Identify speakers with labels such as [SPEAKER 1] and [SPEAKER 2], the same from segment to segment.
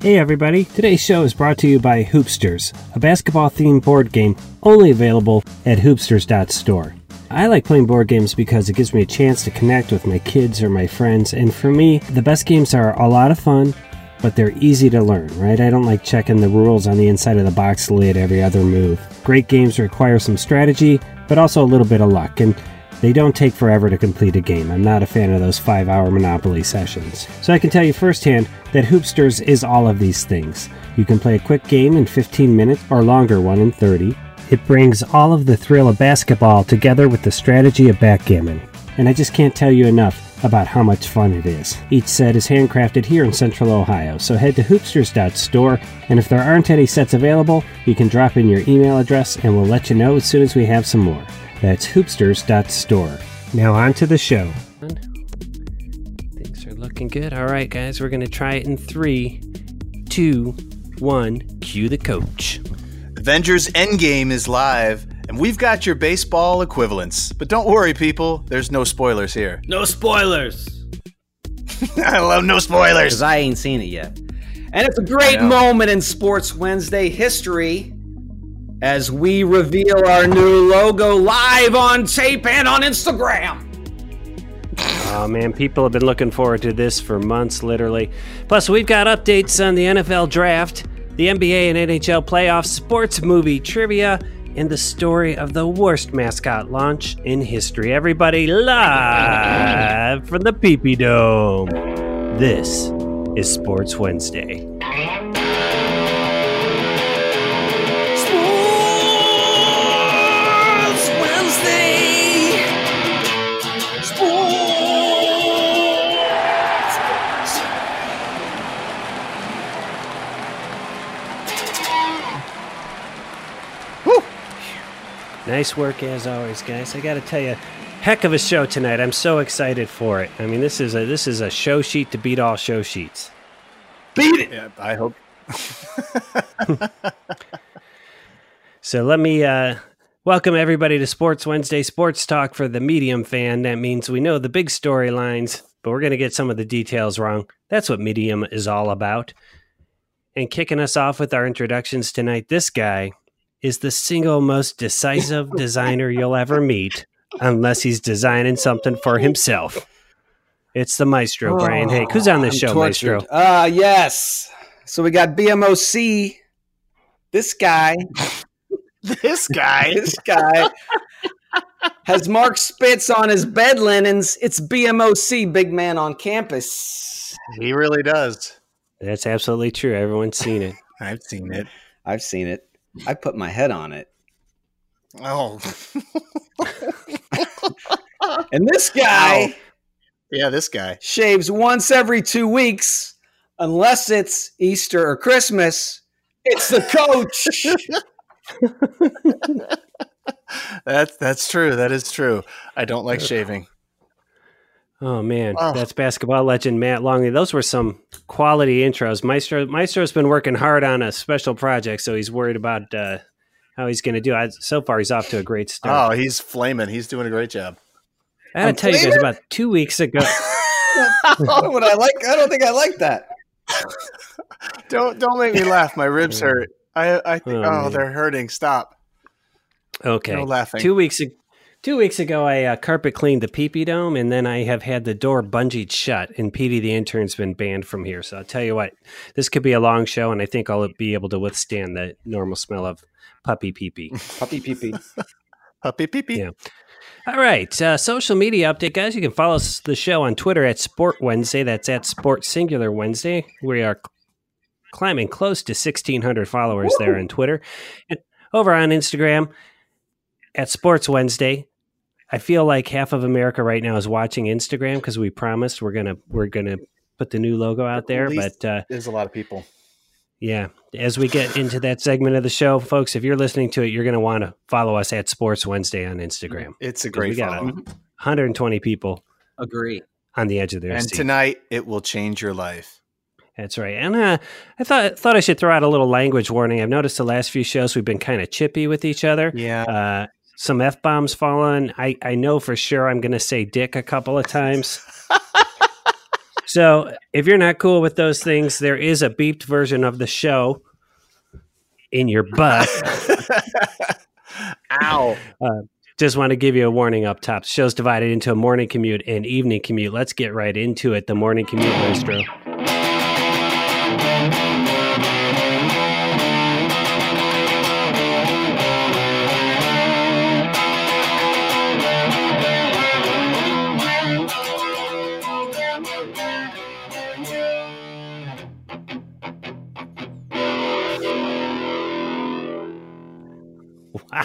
[SPEAKER 1] Hey everybody, today's show is brought to you by Hoopsters, a basketball themed board game only available at hoopsters.store. I like playing board games because it gives me a chance to connect with my kids or my friends, and for me, the best games are a lot of fun, but they're easy to learn, right? I don't like checking the rules on the inside of the box lid every other move. Great games require some strategy, but also a little bit of luck, and they don't take forever to complete a game. I'm not a fan of those five hour Monopoly sessions. So I can tell you firsthand that Hoopsters is all of these things. You can play a quick game in 15 minutes or longer one in 30. It brings all of the thrill of basketball together with the strategy of backgammon. And I just can't tell you enough about how much fun it is. Each set is handcrafted here in Central Ohio, so head to hoopsters.store, and if there aren't any sets available, you can drop in your email address and we'll let you know as soon as we have some more. That's hoopsters.store. Now on to the show. Things are looking good. All right, guys, we're going to try it in three, two, one. Cue the coach.
[SPEAKER 2] Avengers Endgame is live, and we've got your baseball equivalents. But don't worry, people, there's no spoilers here.
[SPEAKER 3] No spoilers.
[SPEAKER 2] I love no
[SPEAKER 4] because
[SPEAKER 2] spoilers.
[SPEAKER 4] I ain't seen it yet. And it's a great moment in Sports Wednesday history as we reveal our new logo live on tape and on Instagram.
[SPEAKER 1] Oh man, people have been looking forward to this for months, literally. Plus, we've got updates on the NFL draft, the NBA and NHL playoffs, sports movie trivia, and the story of the worst mascot launch in history. Everybody live from the Peepee Dome. This is Sports Wednesday.
[SPEAKER 5] Sports Wednesday. Sports.
[SPEAKER 1] Nice work as always, guys. I got to tell you, heck of a show tonight. I'm so excited for it. I mean, this is a this is a show sheet to beat all show sheets.
[SPEAKER 2] Yeah, I hope.
[SPEAKER 1] So let me uh, welcome everybody to Sports Wednesday Sports Talk for the medium fan. That means we know the big storylines, but we're going to get some of the details wrong. That's what medium is all about. And kicking us off with our introductions tonight, this guy is the single most decisive designer you'll ever meet, unless he's designing something for himself. It's the maestro, Oh, Brian Hake. Who's on this
[SPEAKER 4] Oh, I'm
[SPEAKER 1] show,
[SPEAKER 4] tortured.
[SPEAKER 1] maestro?
[SPEAKER 4] Ah, yes. So we got BMOC. This guy,
[SPEAKER 2] This guy.
[SPEAKER 4] this guy has Mark Spitz on his bed linens. It's BMOC, big man on campus.
[SPEAKER 2] he really does.
[SPEAKER 1] That's absolutely true. Everyone's seen it.
[SPEAKER 2] I've seen it.
[SPEAKER 4] I've seen it. I put my head on it.
[SPEAKER 2] Oh.
[SPEAKER 4] And this guy
[SPEAKER 2] yeah, this guy.
[SPEAKER 4] shaves once every two weeks, unless it's Easter or Christmas. It's the coach.
[SPEAKER 2] That's that's true. That is true. I don't like shaving.
[SPEAKER 1] Oh man,
[SPEAKER 2] Oh.
[SPEAKER 1] that's basketball legend Matt Longley. Those were some quality intros. Maestro Maestro's been working hard on a special project, so he's worried about uh, how he's going to do. I, so far, he's off to a great start.
[SPEAKER 2] Oh, he's flaming. He's doing a great job.
[SPEAKER 1] I got to
[SPEAKER 4] I'm
[SPEAKER 1] tell you guys,
[SPEAKER 4] flaming?
[SPEAKER 1] about two weeks ago,
[SPEAKER 4] Oh, would I like? I don't think I like that.
[SPEAKER 2] Don't don't make me laugh. My ribs hurt. I I think
[SPEAKER 1] Oh,
[SPEAKER 2] oh,
[SPEAKER 1] man.
[SPEAKER 2] they're hurting. Stop.
[SPEAKER 1] okay,
[SPEAKER 2] No laughing.
[SPEAKER 1] two weeks ago. Two weeks ago, I uh, carpet cleaned the peepee dome, and then I have had the door bungeed shut. And Petey the intern's been banned from here. So I'll tell you what, this could be a long show, and I think I'll be able to withstand the normal smell of puppy peepee.
[SPEAKER 4] Puppy pee pee.
[SPEAKER 2] Puppy pee pee.
[SPEAKER 1] Yeah. All right. Uh, social media update, guys. You can follow s- the show on Twitter at Sport Wednesday. That's at Sport Singular Wednesday. We are cl- climbing close to 1,600 followers there on Twitter. And over on Instagram at Sports Wednesday. I feel like half of America right now is watching Instagram because we promised we're gonna we're gonna put the new logo out there.
[SPEAKER 2] At least-
[SPEAKER 1] But uh,
[SPEAKER 2] There's a lot of people.
[SPEAKER 1] yeah, as we get into that segment of the show, folks, if you're listening to it, you're gonna want to follow us at Sports Wednesday on Instagram.
[SPEAKER 2] It's a
[SPEAKER 1] We
[SPEAKER 2] great
[SPEAKER 1] got it.
[SPEAKER 2] follow.
[SPEAKER 1] 120 people
[SPEAKER 4] Agree.
[SPEAKER 1] on the edge of their
[SPEAKER 2] And
[SPEAKER 1] seat.
[SPEAKER 2] tonight it will change your life.
[SPEAKER 1] That's right. And uh, I thought thought I should throw out a little language warning. I've noticed the last few shows we've been kind of chippy with each other.
[SPEAKER 2] Yeah.
[SPEAKER 1] Uh, some f bombs fallen. I I know for sure I'm going to say dick a couple of times. So if you're not cool with those things, there is a beeped version of the show in your butt. Uh,
[SPEAKER 2] Ow.
[SPEAKER 1] Just want to give you a warning up top. Show's divided into a morning commute and evening commute. Let's get right into it. The morning commute, Maestro.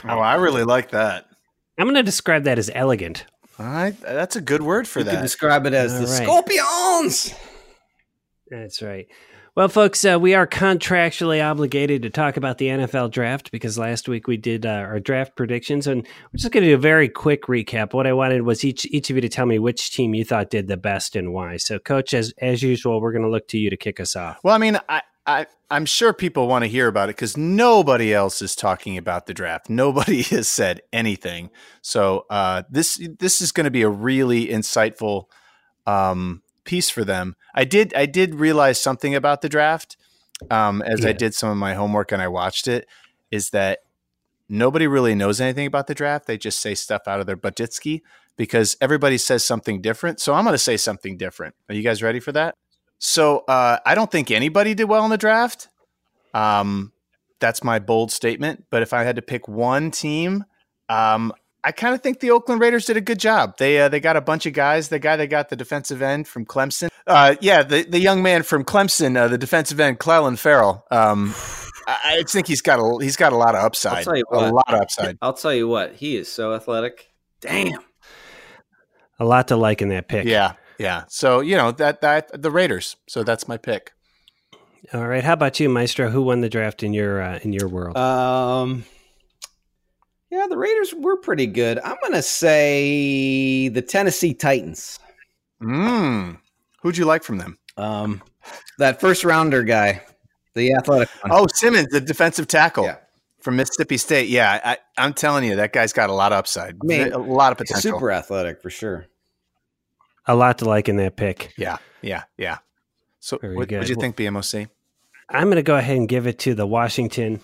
[SPEAKER 2] Oh, I really like that.
[SPEAKER 1] I'm going to describe that as elegant.
[SPEAKER 2] I, that's a good word for
[SPEAKER 4] You could
[SPEAKER 2] that.
[SPEAKER 4] describe it as the
[SPEAKER 1] All
[SPEAKER 4] scorpions.
[SPEAKER 1] That's right. Well, folks, uh, we are contractually obligated to talk about the NFL draft because last week we did uh, our draft predictions, and we're just going to do a very quick recap. What I wanted was each each of you to tell me which team you thought did the best and why. So, coach, as as usual, we're going to look to you to kick us off.
[SPEAKER 2] Well, I mean, I, I, I'm sure people want to hear about it because nobody else is talking about the draft. Nobody has said anything. So uh, this this is going to be a really insightful um, piece for them. I did I did realize something about the draft um, as I
[SPEAKER 1] Yeah.
[SPEAKER 2] did some of my homework and I watched it. Is that nobody really knows anything about the draft? They just say stuff out of their buttitsky because everybody says something different. So I'm going to say something different. Are you guys ready for that? So uh, I don't think anybody did well in the draft. Um, that's my bold statement. But if I had to pick one team, um, I kind of think the Oakland Raiders did a good job. They uh, they got a bunch of guys. The guy that got the defensive end from Clemson, uh, yeah, the, the young man from Clemson, uh, the defensive end, Clellan Farrell. Um, I, I think he's got a he's got a lot of upside.
[SPEAKER 4] I'll tell you
[SPEAKER 2] a
[SPEAKER 4] what.
[SPEAKER 2] lot of upside.
[SPEAKER 4] I'll tell you what, he is so athletic. Damn.
[SPEAKER 1] A lot to like in that pick.
[SPEAKER 2] Yeah, yeah. So you know that that the Raiders. So that's my pick.
[SPEAKER 1] All right. How about you, Maestro? Who won the draft in your uh, in your world?
[SPEAKER 4] Um, yeah, the Raiders were pretty good. I'm gonna say the Tennessee Titans.
[SPEAKER 2] Mm. Who'd you like from them?
[SPEAKER 4] Um, that first rounder guy, the athletic one.
[SPEAKER 2] Oh, Simmons, the defensive tackle
[SPEAKER 4] Yeah.
[SPEAKER 2] from Mississippi State. Yeah, I, I'm telling you, that guy's got a lot of upside,
[SPEAKER 4] I mean,
[SPEAKER 2] a lot of
[SPEAKER 4] He's
[SPEAKER 2] potential.
[SPEAKER 4] super athletic for sure.
[SPEAKER 1] a lot to like in that pick.
[SPEAKER 2] Yeah, yeah, yeah. So,
[SPEAKER 1] Very
[SPEAKER 2] what,
[SPEAKER 1] good.
[SPEAKER 2] what'd you
[SPEAKER 1] Well-
[SPEAKER 2] think, BMOC?
[SPEAKER 1] I'm going to go ahead and give it to the Washington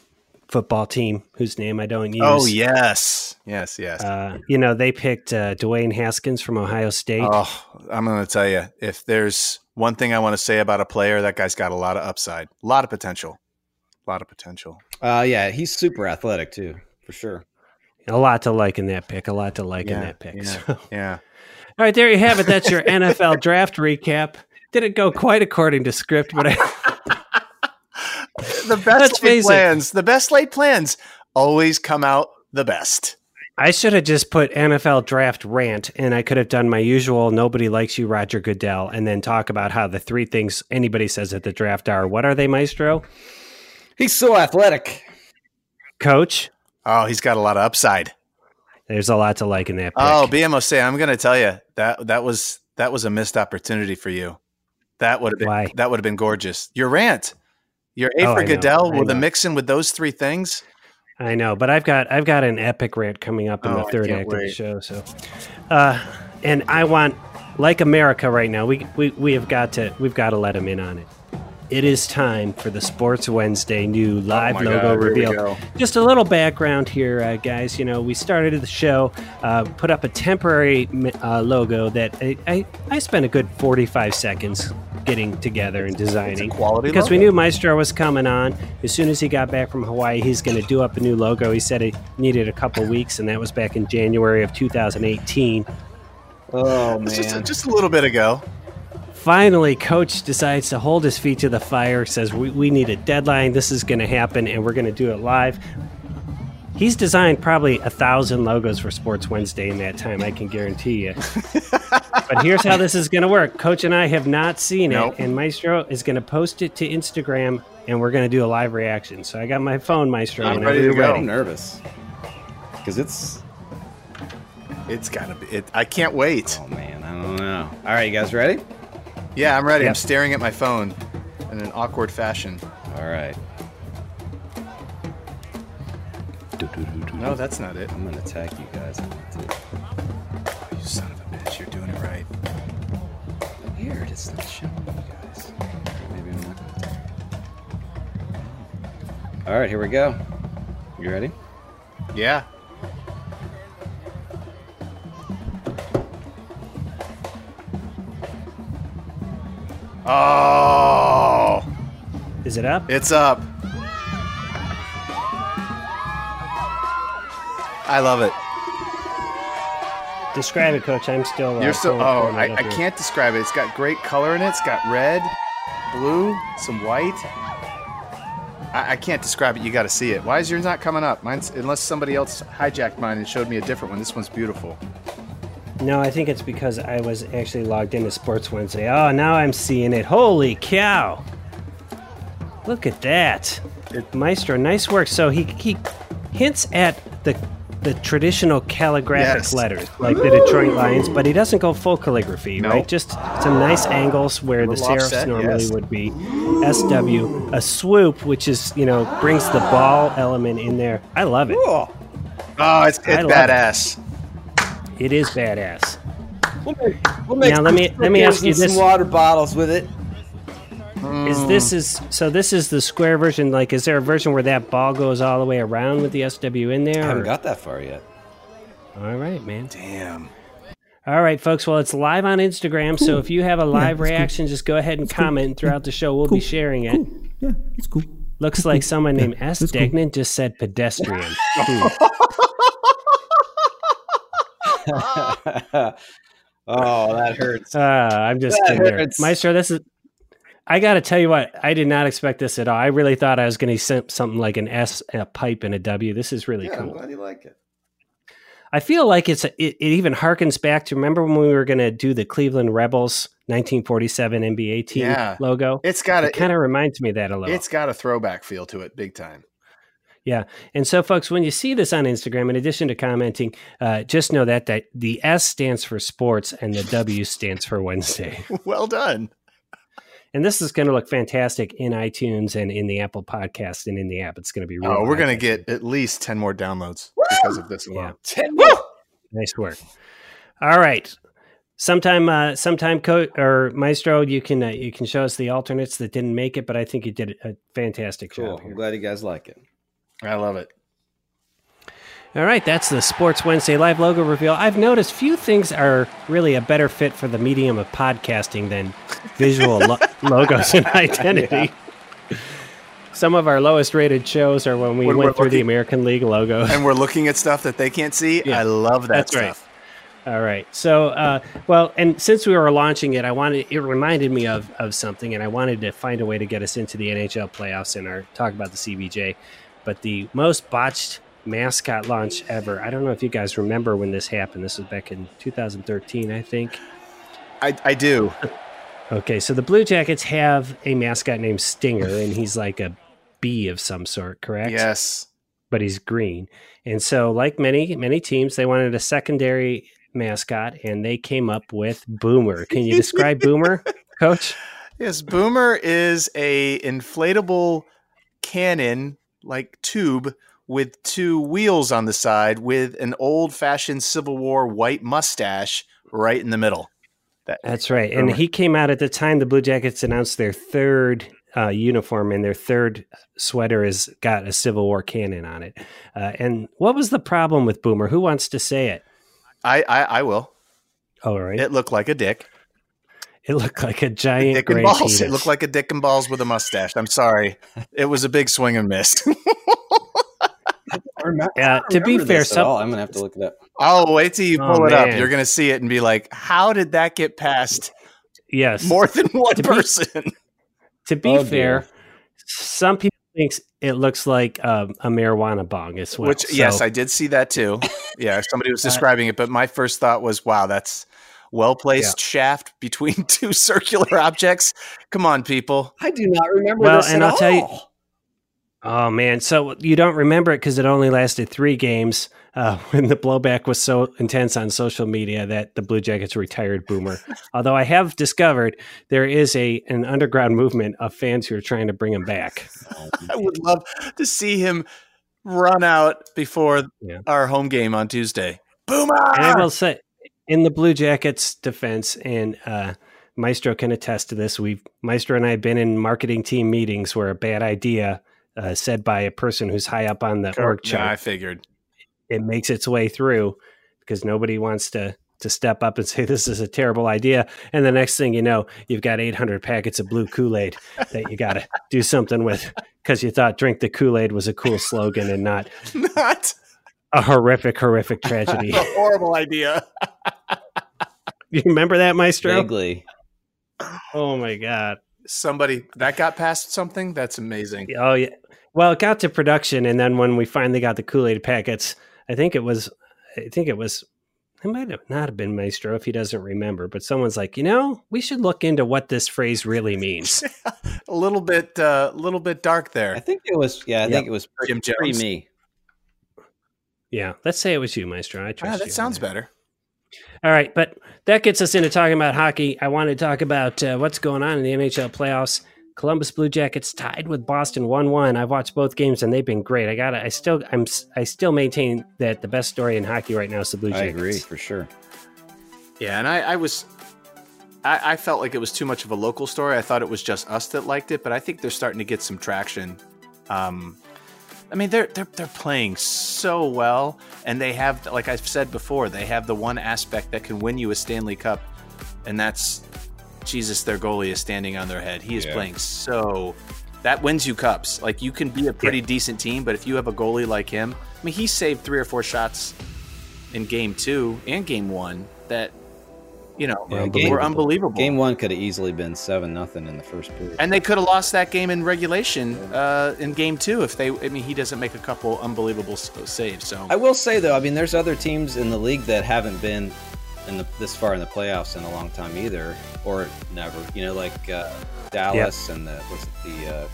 [SPEAKER 1] football team, whose name I don't use.
[SPEAKER 2] Oh, yes, yes, yes.
[SPEAKER 1] Uh, you know, they picked uh, Dwayne Haskins from Ohio State.
[SPEAKER 2] oh, I'm going to tell you, if there's one thing I want to say about a player, that guy's got a lot of upside, a lot of potential, a lot of potential.
[SPEAKER 4] Uh, yeah, he's super athletic too for sure.
[SPEAKER 1] A lot to like in that pick. A lot to like in
[SPEAKER 2] Yeah,
[SPEAKER 1] that pick.
[SPEAKER 2] yeah.
[SPEAKER 1] So-
[SPEAKER 2] Yeah.
[SPEAKER 1] All right, there you have it. That's your NFL draft recap. Didn't go quite according to script, but I,
[SPEAKER 2] The
[SPEAKER 1] Let's
[SPEAKER 2] best laid
[SPEAKER 1] face it.
[SPEAKER 2] plans, the best laid plans always come out the best.
[SPEAKER 1] I should have just put NFL draft rant, and I could have done my usual "Nobody likes you, Roger Goodell," and then talk about how the three things anybody says at the draft are. What are they, Maestro?
[SPEAKER 4] He's so athletic.
[SPEAKER 1] Coach,
[SPEAKER 2] Oh, he's got a lot of upside.
[SPEAKER 1] there's a lot to like in that pick.
[SPEAKER 2] Oh, BMOC, I'm going to tell you that that was that was a missed opportunity for you. That would have been
[SPEAKER 1] Why?
[SPEAKER 2] that would have been gorgeous. Your rant, your A
[SPEAKER 1] Oh,
[SPEAKER 2] for
[SPEAKER 1] I know,
[SPEAKER 2] Goodell
[SPEAKER 1] I
[SPEAKER 2] with a
[SPEAKER 1] know.
[SPEAKER 2] mix in with those three things.
[SPEAKER 1] I know, but I've got I've got an epic rant coming up in
[SPEAKER 2] Oh,
[SPEAKER 1] the
[SPEAKER 2] I
[SPEAKER 1] third
[SPEAKER 2] can't
[SPEAKER 1] act of the
[SPEAKER 2] wait.
[SPEAKER 1] show. So, uh, and I want like America right now. We, we we have got to we've got to let him in on it. It is time for the Sports Wednesday new live
[SPEAKER 2] Oh my
[SPEAKER 1] logo
[SPEAKER 2] God, here we
[SPEAKER 1] reveal
[SPEAKER 2] go.
[SPEAKER 1] just a little background here, uh, guys. You know, we started the show, uh, put up a temporary uh, logo that I, I, I spent a good 45 seconds getting together and designing.
[SPEAKER 2] quality
[SPEAKER 1] Because we
[SPEAKER 2] logo.
[SPEAKER 1] knew Maestro was coming on. As soon as he got back from Hawaii, he's going to do up a new logo. He said it needed a couple weeks, and that was back in January of 2018.
[SPEAKER 4] Oh
[SPEAKER 2] It's
[SPEAKER 4] man,
[SPEAKER 2] Just just a little bit ago.
[SPEAKER 1] Finally, coach decides to hold his feet to the fire, says, We, we need a deadline. This is going to happen, and we're going to do it live. He's designed probably a thousand logos for Sports Wednesday in that time, I can guarantee you. but here's how this is going to work Coach and I have not seen
[SPEAKER 2] Nope.
[SPEAKER 1] it, and Maestro is going to post it to Instagram, and we're going to do a live reaction. So I got my phone, Maestro.
[SPEAKER 2] I'm
[SPEAKER 1] whenever
[SPEAKER 2] ready to
[SPEAKER 1] you're
[SPEAKER 2] go.
[SPEAKER 4] I'm nervous because it's.
[SPEAKER 2] It's gotta be. It, I can't wait.
[SPEAKER 4] Oh man, I don't know. All right, you guys ready?
[SPEAKER 2] Yeah, I'm ready. I'm
[SPEAKER 1] Yep.
[SPEAKER 2] staring at my phone in an awkward fashion.
[SPEAKER 4] All right,
[SPEAKER 2] No, that's not it.
[SPEAKER 4] I'm gonna attack you guys.
[SPEAKER 2] You son of a bitch. You're doing it right.
[SPEAKER 4] weird. It's not showing you guys. Maybe I'm not. All right, here we go. You ready?
[SPEAKER 2] Yeah. Oh,
[SPEAKER 1] Is it up?
[SPEAKER 2] it's up. I love it.
[SPEAKER 1] Describe it, Coach. I'm still. Uh,
[SPEAKER 2] You're so.
[SPEAKER 1] pulling-
[SPEAKER 2] Oh,
[SPEAKER 1] pulling it
[SPEAKER 2] I,
[SPEAKER 1] up
[SPEAKER 2] I
[SPEAKER 1] here.
[SPEAKER 2] can't describe it. It's got great color in it. It's got red, blue, some white. I, I can't describe it. You got to see it. Why is yours not coming up? Mine's unless somebody else hijacked mine and showed me a different one. This one's beautiful.
[SPEAKER 1] No, I think it's because I was actually logged into Sports Wednesday. Oh, now I'm seeing it. Holy cow! Look at that,
[SPEAKER 2] It-
[SPEAKER 1] Maestro. Nice work. So he he hints at the the traditional calligraphic
[SPEAKER 2] Yes.
[SPEAKER 1] letters like the Detroit Lions, but he doesn't go full calligraphy,
[SPEAKER 2] No.
[SPEAKER 1] right? Just some nice angles where the
[SPEAKER 2] little
[SPEAKER 1] serifs
[SPEAKER 2] offset,
[SPEAKER 1] normally
[SPEAKER 2] yes.
[SPEAKER 1] would be SW, a swoop, which is you know brings the ball element in there. I love it.
[SPEAKER 4] Cool.
[SPEAKER 2] Oh, it's, it's
[SPEAKER 1] I love it.
[SPEAKER 2] badass.
[SPEAKER 1] It is badass.
[SPEAKER 4] We'll make, we'll make
[SPEAKER 1] Now, let me- let me
[SPEAKER 4] cookies
[SPEAKER 1] ask you
[SPEAKER 4] and
[SPEAKER 1] this.
[SPEAKER 4] Some water bottles with it. Hmm.
[SPEAKER 1] Is this is so? This is the square version. Like, is there a version where that ball goes all the way around with the SW in there?
[SPEAKER 4] I haven't
[SPEAKER 1] or-
[SPEAKER 4] got that far yet.
[SPEAKER 1] all right, man.
[SPEAKER 2] Damn.
[SPEAKER 1] All right, folks. Well, it's live on Instagram, so if you have a live reaction, just go ahead and comment throughout the show. We'll be sharing it.
[SPEAKER 3] Yeah, it's cool.
[SPEAKER 1] Looks like someone named S.
[SPEAKER 3] that's cool.
[SPEAKER 1] Degnan just said pedestrian.
[SPEAKER 4] oh, that hurts.
[SPEAKER 1] Uh, I'm just
[SPEAKER 4] That
[SPEAKER 1] kidding. there.
[SPEAKER 4] hurts.
[SPEAKER 1] Maestro, this is. I got to tell you what, I did not expect this at all. I really thought I was going to send something like an S, a pipe, and a W. This is really cool.
[SPEAKER 2] you like it.
[SPEAKER 1] I feel like it's it, it even harkens back to remember when we were going to do the Cleveland Rebels 1947 NBA team
[SPEAKER 2] Yeah.
[SPEAKER 1] logo.
[SPEAKER 2] It's got
[SPEAKER 1] It
[SPEAKER 2] a
[SPEAKER 1] kind of reminds me of that a
[SPEAKER 2] it,
[SPEAKER 1] little.
[SPEAKER 2] has got a throwback feel to it, big time.
[SPEAKER 1] And so, folks, when you see this on Instagram, in addition to commenting, uh, just know that that the S stands for sports and the W stands for Wednesday.
[SPEAKER 2] well done.
[SPEAKER 1] And this is going to look fantastic in iTunes and in the Apple Podcast and in the app. It's going to be real.
[SPEAKER 2] Oh, we're
[SPEAKER 1] nice.
[SPEAKER 2] gonna get at least ten more downloads because of this alone.
[SPEAKER 1] Nice work. All right. Sometime, uh, sometime, Co- or Maestro, you can uh, you can show us the alternates that didn't make it, but I think you did a fantastic
[SPEAKER 4] Cool.
[SPEAKER 1] job.
[SPEAKER 4] I'm
[SPEAKER 1] Here.
[SPEAKER 4] glad you guys like it.
[SPEAKER 2] I love it.
[SPEAKER 1] All right, that's the Sports Wednesday live logo reveal. I've noticed few things are really a better fit for the medium of podcasting than visual lo- logos and identity. Some of our lowest rated shows are when we
[SPEAKER 2] When we're
[SPEAKER 1] went through the
[SPEAKER 2] looking-
[SPEAKER 1] American League logo.
[SPEAKER 2] And we're looking at stuff that they can't see.
[SPEAKER 1] Yeah.
[SPEAKER 2] I love that
[SPEAKER 1] That's right.
[SPEAKER 2] stuff.
[SPEAKER 1] All right. So, uh, well, and since we were launching it, I wanted it reminded me of of something, and I wanted to find a way to get us into the NHL playoffs and our talk about the CBJ. But the most botched mascot launch ever. I don't know if you guys remember when this happened. This was back in 2013, I think.
[SPEAKER 2] I, I do.
[SPEAKER 1] Okay, so the Blue Jackets have a mascot named Stinger, and he's like a bee of some sort, correct?
[SPEAKER 2] Yes.
[SPEAKER 1] but he's green. And so, like many many teams, they wanted a secondary mascot, and they came up with Boomer. Can you describe Boomer, Coach?
[SPEAKER 2] Yes, Boomer is a inflatable cannon like tube with two wheels on the side with an old-fashioned Civil War white mustache right in the middle. That,
[SPEAKER 1] That's right. And
[SPEAKER 2] Boomer.
[SPEAKER 1] he came out at the time the Blue Jackets announced their third uh, uniform, and their third sweater has got a Civil War cannon on it. Uh, and what was the problem with Boomer? Who wants to say it? Oh,
[SPEAKER 2] I, I I will.
[SPEAKER 1] All right, it,
[SPEAKER 2] It looked like a dick.
[SPEAKER 1] looked like a giant
[SPEAKER 2] dick and
[SPEAKER 1] gray
[SPEAKER 2] balls. It
[SPEAKER 1] penis.
[SPEAKER 2] looked like a dick and balls with a mustache. I'm sorry. It was a big swing and miss.
[SPEAKER 1] uh, to be fair,
[SPEAKER 4] so
[SPEAKER 1] some,
[SPEAKER 4] I'm gonna have to look it up.
[SPEAKER 2] oh, wait till you
[SPEAKER 1] Oh,
[SPEAKER 2] pull it up.
[SPEAKER 1] man.
[SPEAKER 2] You're gonna see it and be like, "How did that get past
[SPEAKER 1] yes,
[SPEAKER 2] more than one
[SPEAKER 1] To be-
[SPEAKER 2] person?"
[SPEAKER 1] To be
[SPEAKER 4] Oh,
[SPEAKER 1] fair,
[SPEAKER 4] dear.
[SPEAKER 1] some people thinks it looks like um, a marijuana bong as well.
[SPEAKER 2] Which
[SPEAKER 1] So- Uh,
[SPEAKER 2] yes, I did see that too. Yeah, somebody was describing it, but my first thought was, "Wow, that's well placed shaft between two circular objects." Come on, people.
[SPEAKER 4] I do not remember
[SPEAKER 1] Well,
[SPEAKER 4] this
[SPEAKER 1] and
[SPEAKER 4] at
[SPEAKER 1] I'll tell you-
[SPEAKER 4] all.
[SPEAKER 1] oh man, so you don't remember it because it only lasted three games. Uh, when the blowback was so intense on social media that the Blue Jackets retired Boomer. Although I have discovered there is a an underground movement of fans who are trying to bring him back.
[SPEAKER 2] I would love to see him run out before
[SPEAKER 1] Yeah.
[SPEAKER 2] our home game on Tuesday. Boomer!
[SPEAKER 1] And I will say, in the Blue Jackets' defense, and uh, Maestro can attest to this. We've Maestro and I have been in marketing team meetings where a bad idea uh, said by a person who's high up on the org
[SPEAKER 2] Yeah, I
[SPEAKER 1] chart
[SPEAKER 2] figured.
[SPEAKER 1] it makes its way through because nobody wants to to step up and say this is a terrible idea. And the next thing you know, you've got 800 packets of blue Kool Aid that you got to do something with because you thought "drink the Kool Aid" was a cool slogan and not
[SPEAKER 2] Not
[SPEAKER 1] a horrific, horrific tragedy.
[SPEAKER 2] a horrible idea.
[SPEAKER 1] you remember that, Maestro?
[SPEAKER 4] Vaguely.
[SPEAKER 1] Oh my god.
[SPEAKER 2] Somebody that got past something. That's amazing.
[SPEAKER 1] Oh yeah. Well, it got to production, and then when we finally got the Kool Aid packets, I think it was, I think it was, it might have not have been Maestro if he doesn't remember, but someone's like, you know, we should look into what this phrase really means.
[SPEAKER 2] a little bit, a little bit dark
[SPEAKER 4] I
[SPEAKER 2] there. Ah,
[SPEAKER 4] think it was. Yeah, I
[SPEAKER 1] Yep.
[SPEAKER 4] think it was pre,
[SPEAKER 2] Jim
[SPEAKER 4] pre
[SPEAKER 2] Jones.
[SPEAKER 4] me.
[SPEAKER 1] yeah, let's say it was you, Maestro. I trust
[SPEAKER 2] Wow,
[SPEAKER 1] you.
[SPEAKER 2] that
[SPEAKER 1] on
[SPEAKER 2] sounds better.
[SPEAKER 1] All right, but that gets us into talking about hockey. I want to talk about uh, what's going on in the NHL playoffs. Columbus Blue Jackets tied with Boston one-one. I've watched both games and they've been great. I got to I still I'm s- I still maintain that the best story in hockey right now is the Blue
[SPEAKER 4] I
[SPEAKER 1] Jackets.
[SPEAKER 4] agree for sure.
[SPEAKER 2] Yeah, and I, I was, I, I felt like it was too much of a local story. I thought it was just us that liked it, but I think they're starting to get some traction. Um, I mean, they're they're they're playing so well, and they have, like I've said before, they have the one aspect that can win you a Stanley Cup, and that's Jesus. Their goalie is standing on their head. He is
[SPEAKER 3] Yeah.
[SPEAKER 2] playing so. That wins you cups. Like you can be a pretty decent team, but if you have a goalie like him, I mean, he saved three or four shots in game two and game one that you know
[SPEAKER 4] Yeah,
[SPEAKER 2] were
[SPEAKER 4] game-
[SPEAKER 2] unbelievable.
[SPEAKER 4] Game one could have easily been seven nothing in the first period.
[SPEAKER 2] and they could have lost that game in regulation uh, in game two if they. I mean, he doesn't make a couple unbelievable s- uh, saves. So
[SPEAKER 4] I will say though, I mean, there's other teams in the league that haven't been in the, this far in the playoffs in a long time either, or never. You know, like uh, Dallas and the was it the uh,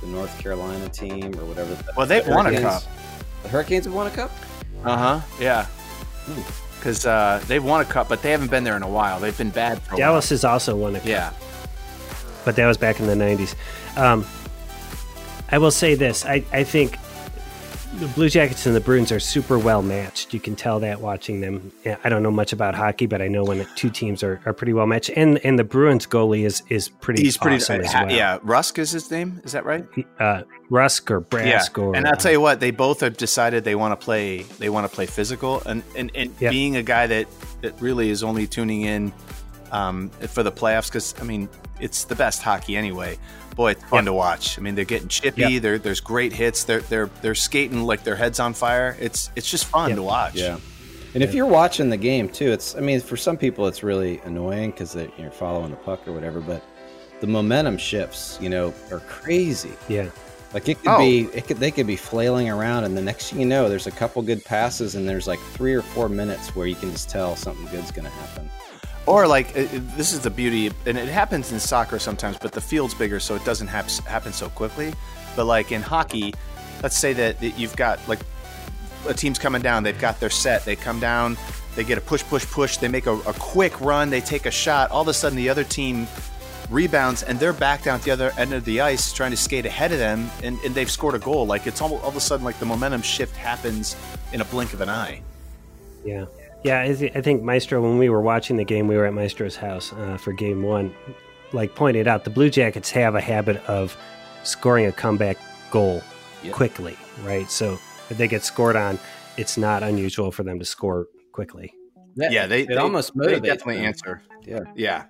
[SPEAKER 4] the North Carolina team or whatever. the-
[SPEAKER 2] Well, they've
[SPEAKER 4] the
[SPEAKER 2] won a
[SPEAKER 4] Hurricanes-
[SPEAKER 2] cup.
[SPEAKER 4] The Hurricanes have won a cup.
[SPEAKER 2] uh huh, yeah,
[SPEAKER 4] Hmm.
[SPEAKER 2] because uh, they've won a cup, but they haven't been there in a while. They've been bad for a
[SPEAKER 1] Dallas has also won a
[SPEAKER 2] while. Yeah,
[SPEAKER 1] but that was back in the 90s. Um, I will say this I, I think the Blue Jackets and the Bruins are super well matched. You can tell that watching them. Yeah, I don't know much about hockey, but I know when two teams are, are pretty well matched. And and the Bruins goalie is, is pretty
[SPEAKER 2] he's pretty.
[SPEAKER 1] awesome as
[SPEAKER 2] ha-
[SPEAKER 1] well.
[SPEAKER 2] Yeah, Rusk is his name. Is that right?
[SPEAKER 1] Uh, Rusk or Brask or. uh,
[SPEAKER 2] and I'll tell you what, they both have decided they want to play. They want to play physical, and and, and
[SPEAKER 1] Yeah.
[SPEAKER 2] being a guy that that really is only tuning in um, for the playoffs because I mean it's the best hockey anyway. Boy, it's fun to watch. I mean, they're getting chippy.
[SPEAKER 1] Yeah.
[SPEAKER 2] There, there's great hits. They're they're they're skating like their heads on fire. It's it's just fun
[SPEAKER 1] Yeah.
[SPEAKER 2] to watch.
[SPEAKER 4] Yeah. And if you're watching the game too, it's I mean, for some people it's really annoying because you're following the puck or whatever, but the momentum shifts, you know, are crazy.
[SPEAKER 1] yeah.
[SPEAKER 4] Like it could
[SPEAKER 2] Oh.
[SPEAKER 4] be, it could they could be flailing around, and the next thing you know, there's a couple good passes, and there's like three or four minutes where you can just tell something good's gonna happen.
[SPEAKER 2] Or like it, it- this is the beauty, and it happens in soccer sometimes, but the field's bigger, so it doesn't hap- happen so quickly. But like in hockey, let's say that, that you've got like a team's coming down, they've got their set, they come down, they get a push, push, push, they make a, a quick run, they take a shot. All of a sudden, the other team rebounds and they're back down at the other end of the ice trying to skate ahead of them, and, and they've scored a goal. Like it's all, all of a sudden like the momentum shift happens in a blink of an eye.
[SPEAKER 1] Yeah. Yeah, I, th- I think Maestro, when we were watching the game, we were at Maestro's house uh, for game one, like pointed out, the Blue Jackets have a habit of scoring a comeback goal
[SPEAKER 4] Yep.
[SPEAKER 1] quickly, right? So if they get scored on, it's not unusual for them to score quickly.
[SPEAKER 2] Yeah, they,
[SPEAKER 4] it almost
[SPEAKER 2] they
[SPEAKER 4] motivates
[SPEAKER 2] definitely
[SPEAKER 4] them.
[SPEAKER 2] answer.
[SPEAKER 4] Yeah.
[SPEAKER 2] Yeah.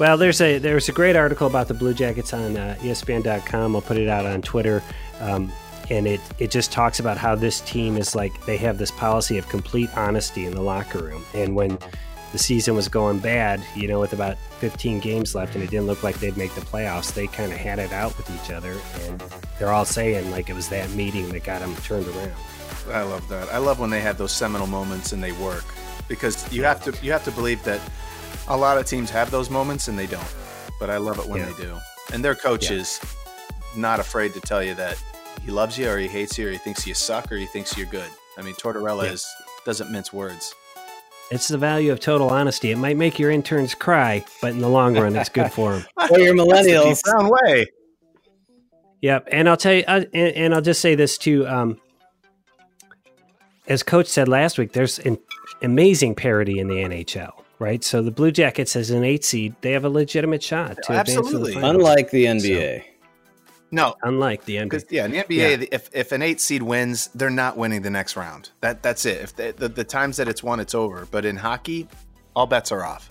[SPEAKER 1] Well, there's a there's a great article about the Blue Jackets on uh, ESPN.com. I'll put it out on Twitter, um, and it it just talks about how this team is like they have this policy of complete honesty in the locker room. And when the season was going bad, you know, with about 15 games left, and it didn't look like they'd make the playoffs, they kind of had it out with each other, and they're all saying like it was that meeting that got them turned around.
[SPEAKER 2] I love that. I love when they have those seminal moments and they work because you have to you have to believe that a lot of teams have those moments and they don't. But I love it when
[SPEAKER 1] Yeah.
[SPEAKER 2] they do. And their coach is not afraid to tell you that he loves you or he hates you or he thinks you suck or he thinks you're good. I mean, Tortorella
[SPEAKER 1] Yeah.
[SPEAKER 2] is, doesn't mince words.
[SPEAKER 1] It's the value of total honesty. It might make your interns cry, but in the long run, it's good for them.
[SPEAKER 4] Or your millennials.
[SPEAKER 2] sound way.
[SPEAKER 1] Yep, and I'll tell you, I, and, and I'll just say this too. Um, as Coach said last week, there's an amazing parity in the NHL. right? So the Blue Jackets, as an eight seed, they have a legitimate shot to advance to the
[SPEAKER 2] Absolutely.
[SPEAKER 1] finals.
[SPEAKER 4] Unlike the NBA.
[SPEAKER 2] No,
[SPEAKER 1] Unlike the NBA,
[SPEAKER 2] because yeah, in the NBA,
[SPEAKER 1] Yeah.
[SPEAKER 2] the- if if an eight seed wins, they're not winning the next round. That that's it. If the, the the times that it's won, it's over. But in hockey, all bets are off.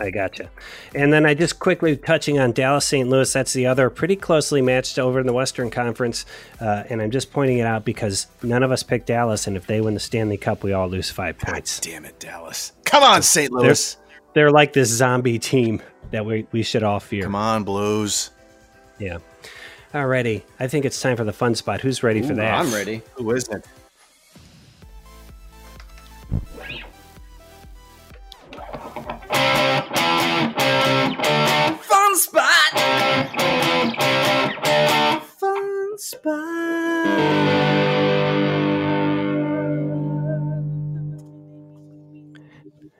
[SPEAKER 1] I gotcha. And then I just quickly touching on Dallas St. Louis. That's the other pretty closely matched over in the Western Conference. Uh, and I'm just pointing it out because none of us picked Dallas. And if they win the Stanley Cup, we all lose five points.
[SPEAKER 2] Damn it, Dallas! Come on, St. Louis!
[SPEAKER 1] They're like this zombie team that we, we should all fear.
[SPEAKER 2] Come on, Blues!
[SPEAKER 1] Yeah. Alrighty. I think it's time for the fun spot. Who's ready for
[SPEAKER 4] Ooh,
[SPEAKER 1] that?
[SPEAKER 4] I'm ready.
[SPEAKER 2] Who isn't?
[SPEAKER 5] Fun spot.
[SPEAKER 2] Fun spot.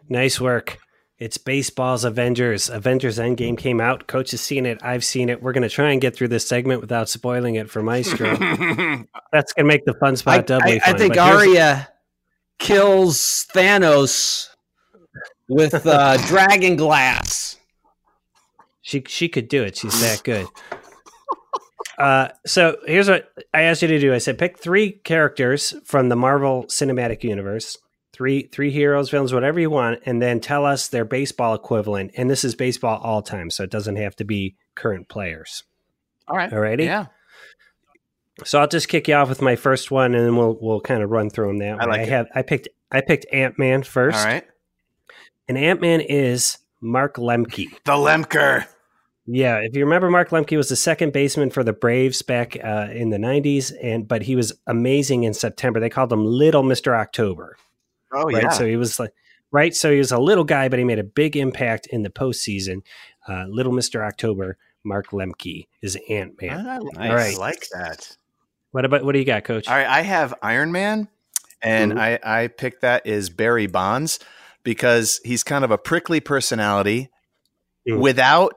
[SPEAKER 1] Nice work. It's baseball's Avengers. Avengers Endgame came out. Coach has seen it. I've seen it. We're going to try and get through this segment without spoiling it for Maestro. That's going to make the fun spot
[SPEAKER 4] I,
[SPEAKER 1] doubly
[SPEAKER 4] I- I
[SPEAKER 1] fun.
[SPEAKER 4] think
[SPEAKER 1] but here's-
[SPEAKER 4] Arya kills Thanos with uh, dragon glass.
[SPEAKER 1] She she could do it. She's that good. Uh, so here's what I asked you to do. I said pick three characters from the Marvel Cinematic Universe, three three heroes, villains, whatever you want, and then tell us their baseball equivalent. And this is baseball all time, so it doesn't have to be current players.
[SPEAKER 2] All right.
[SPEAKER 1] Alrighty.
[SPEAKER 2] Yeah.
[SPEAKER 1] So I'll just kick you off with my first one, and then we'll we'll kind of run through them that way.
[SPEAKER 2] I like
[SPEAKER 1] I
[SPEAKER 2] it.
[SPEAKER 1] have I picked I picked Ant Man first,
[SPEAKER 2] All right.
[SPEAKER 1] and Ant Man is Mark Lemke.
[SPEAKER 2] The Lemker.
[SPEAKER 1] Yeah, if you remember, Mark Lemke was the second baseman for the Braves back uh, in the '90s, and but he was amazing in September. They called him Little Mister October,
[SPEAKER 2] Oh
[SPEAKER 1] right? So he was like, right? So he was a little guy, but he made a big impact in the postseason. Uh, little Mister October, Mark Lemke is Ant Man.
[SPEAKER 2] I, I
[SPEAKER 4] All
[SPEAKER 1] right.
[SPEAKER 2] like that.
[SPEAKER 1] What about what do you got, Coach?
[SPEAKER 2] All right, I have Iron Man, and
[SPEAKER 1] Mhm.
[SPEAKER 2] I, I picked that as Barry Bonds because he's kind of a prickly personality.
[SPEAKER 1] Mm.
[SPEAKER 2] Without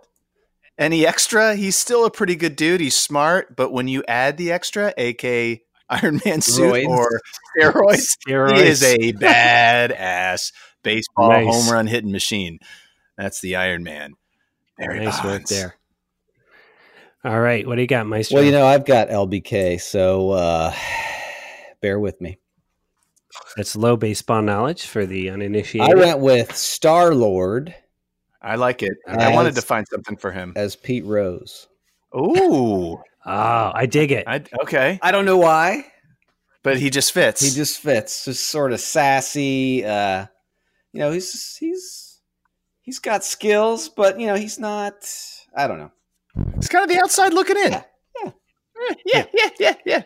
[SPEAKER 2] any extra, he's still a pretty good dude. He's smart, but when you add the extra, aka Iron Man suit
[SPEAKER 4] Roids.
[SPEAKER 2] or steroids, he is a badass baseball
[SPEAKER 1] Nice.
[SPEAKER 2] home run hitting machine. That's the Iron Man. Barry
[SPEAKER 1] nice work
[SPEAKER 2] Bonds.
[SPEAKER 1] there. All right, what do you got, Maestro?
[SPEAKER 4] Well, you know, I've got LBK, so uh, bear with me.
[SPEAKER 1] that's low baseball knowledge for the uninitiated.
[SPEAKER 4] I went with Star Lord
[SPEAKER 2] I like it. I
[SPEAKER 4] Nice.
[SPEAKER 2] wanted to find something for him.
[SPEAKER 4] as Pete Rose.
[SPEAKER 2] Ooh,
[SPEAKER 1] oh, I dig it.
[SPEAKER 2] I, okay,
[SPEAKER 4] I don't know why.
[SPEAKER 2] but he just fits.
[SPEAKER 4] He just fits. Just sort of sassy. Uh, you know, he's he's he's got skills, but you know, he's not. I don't know.
[SPEAKER 2] It's kind of the outside looking in.
[SPEAKER 4] Yeah, yeah.
[SPEAKER 2] Eh, yeah, yeah, yeah, yeah.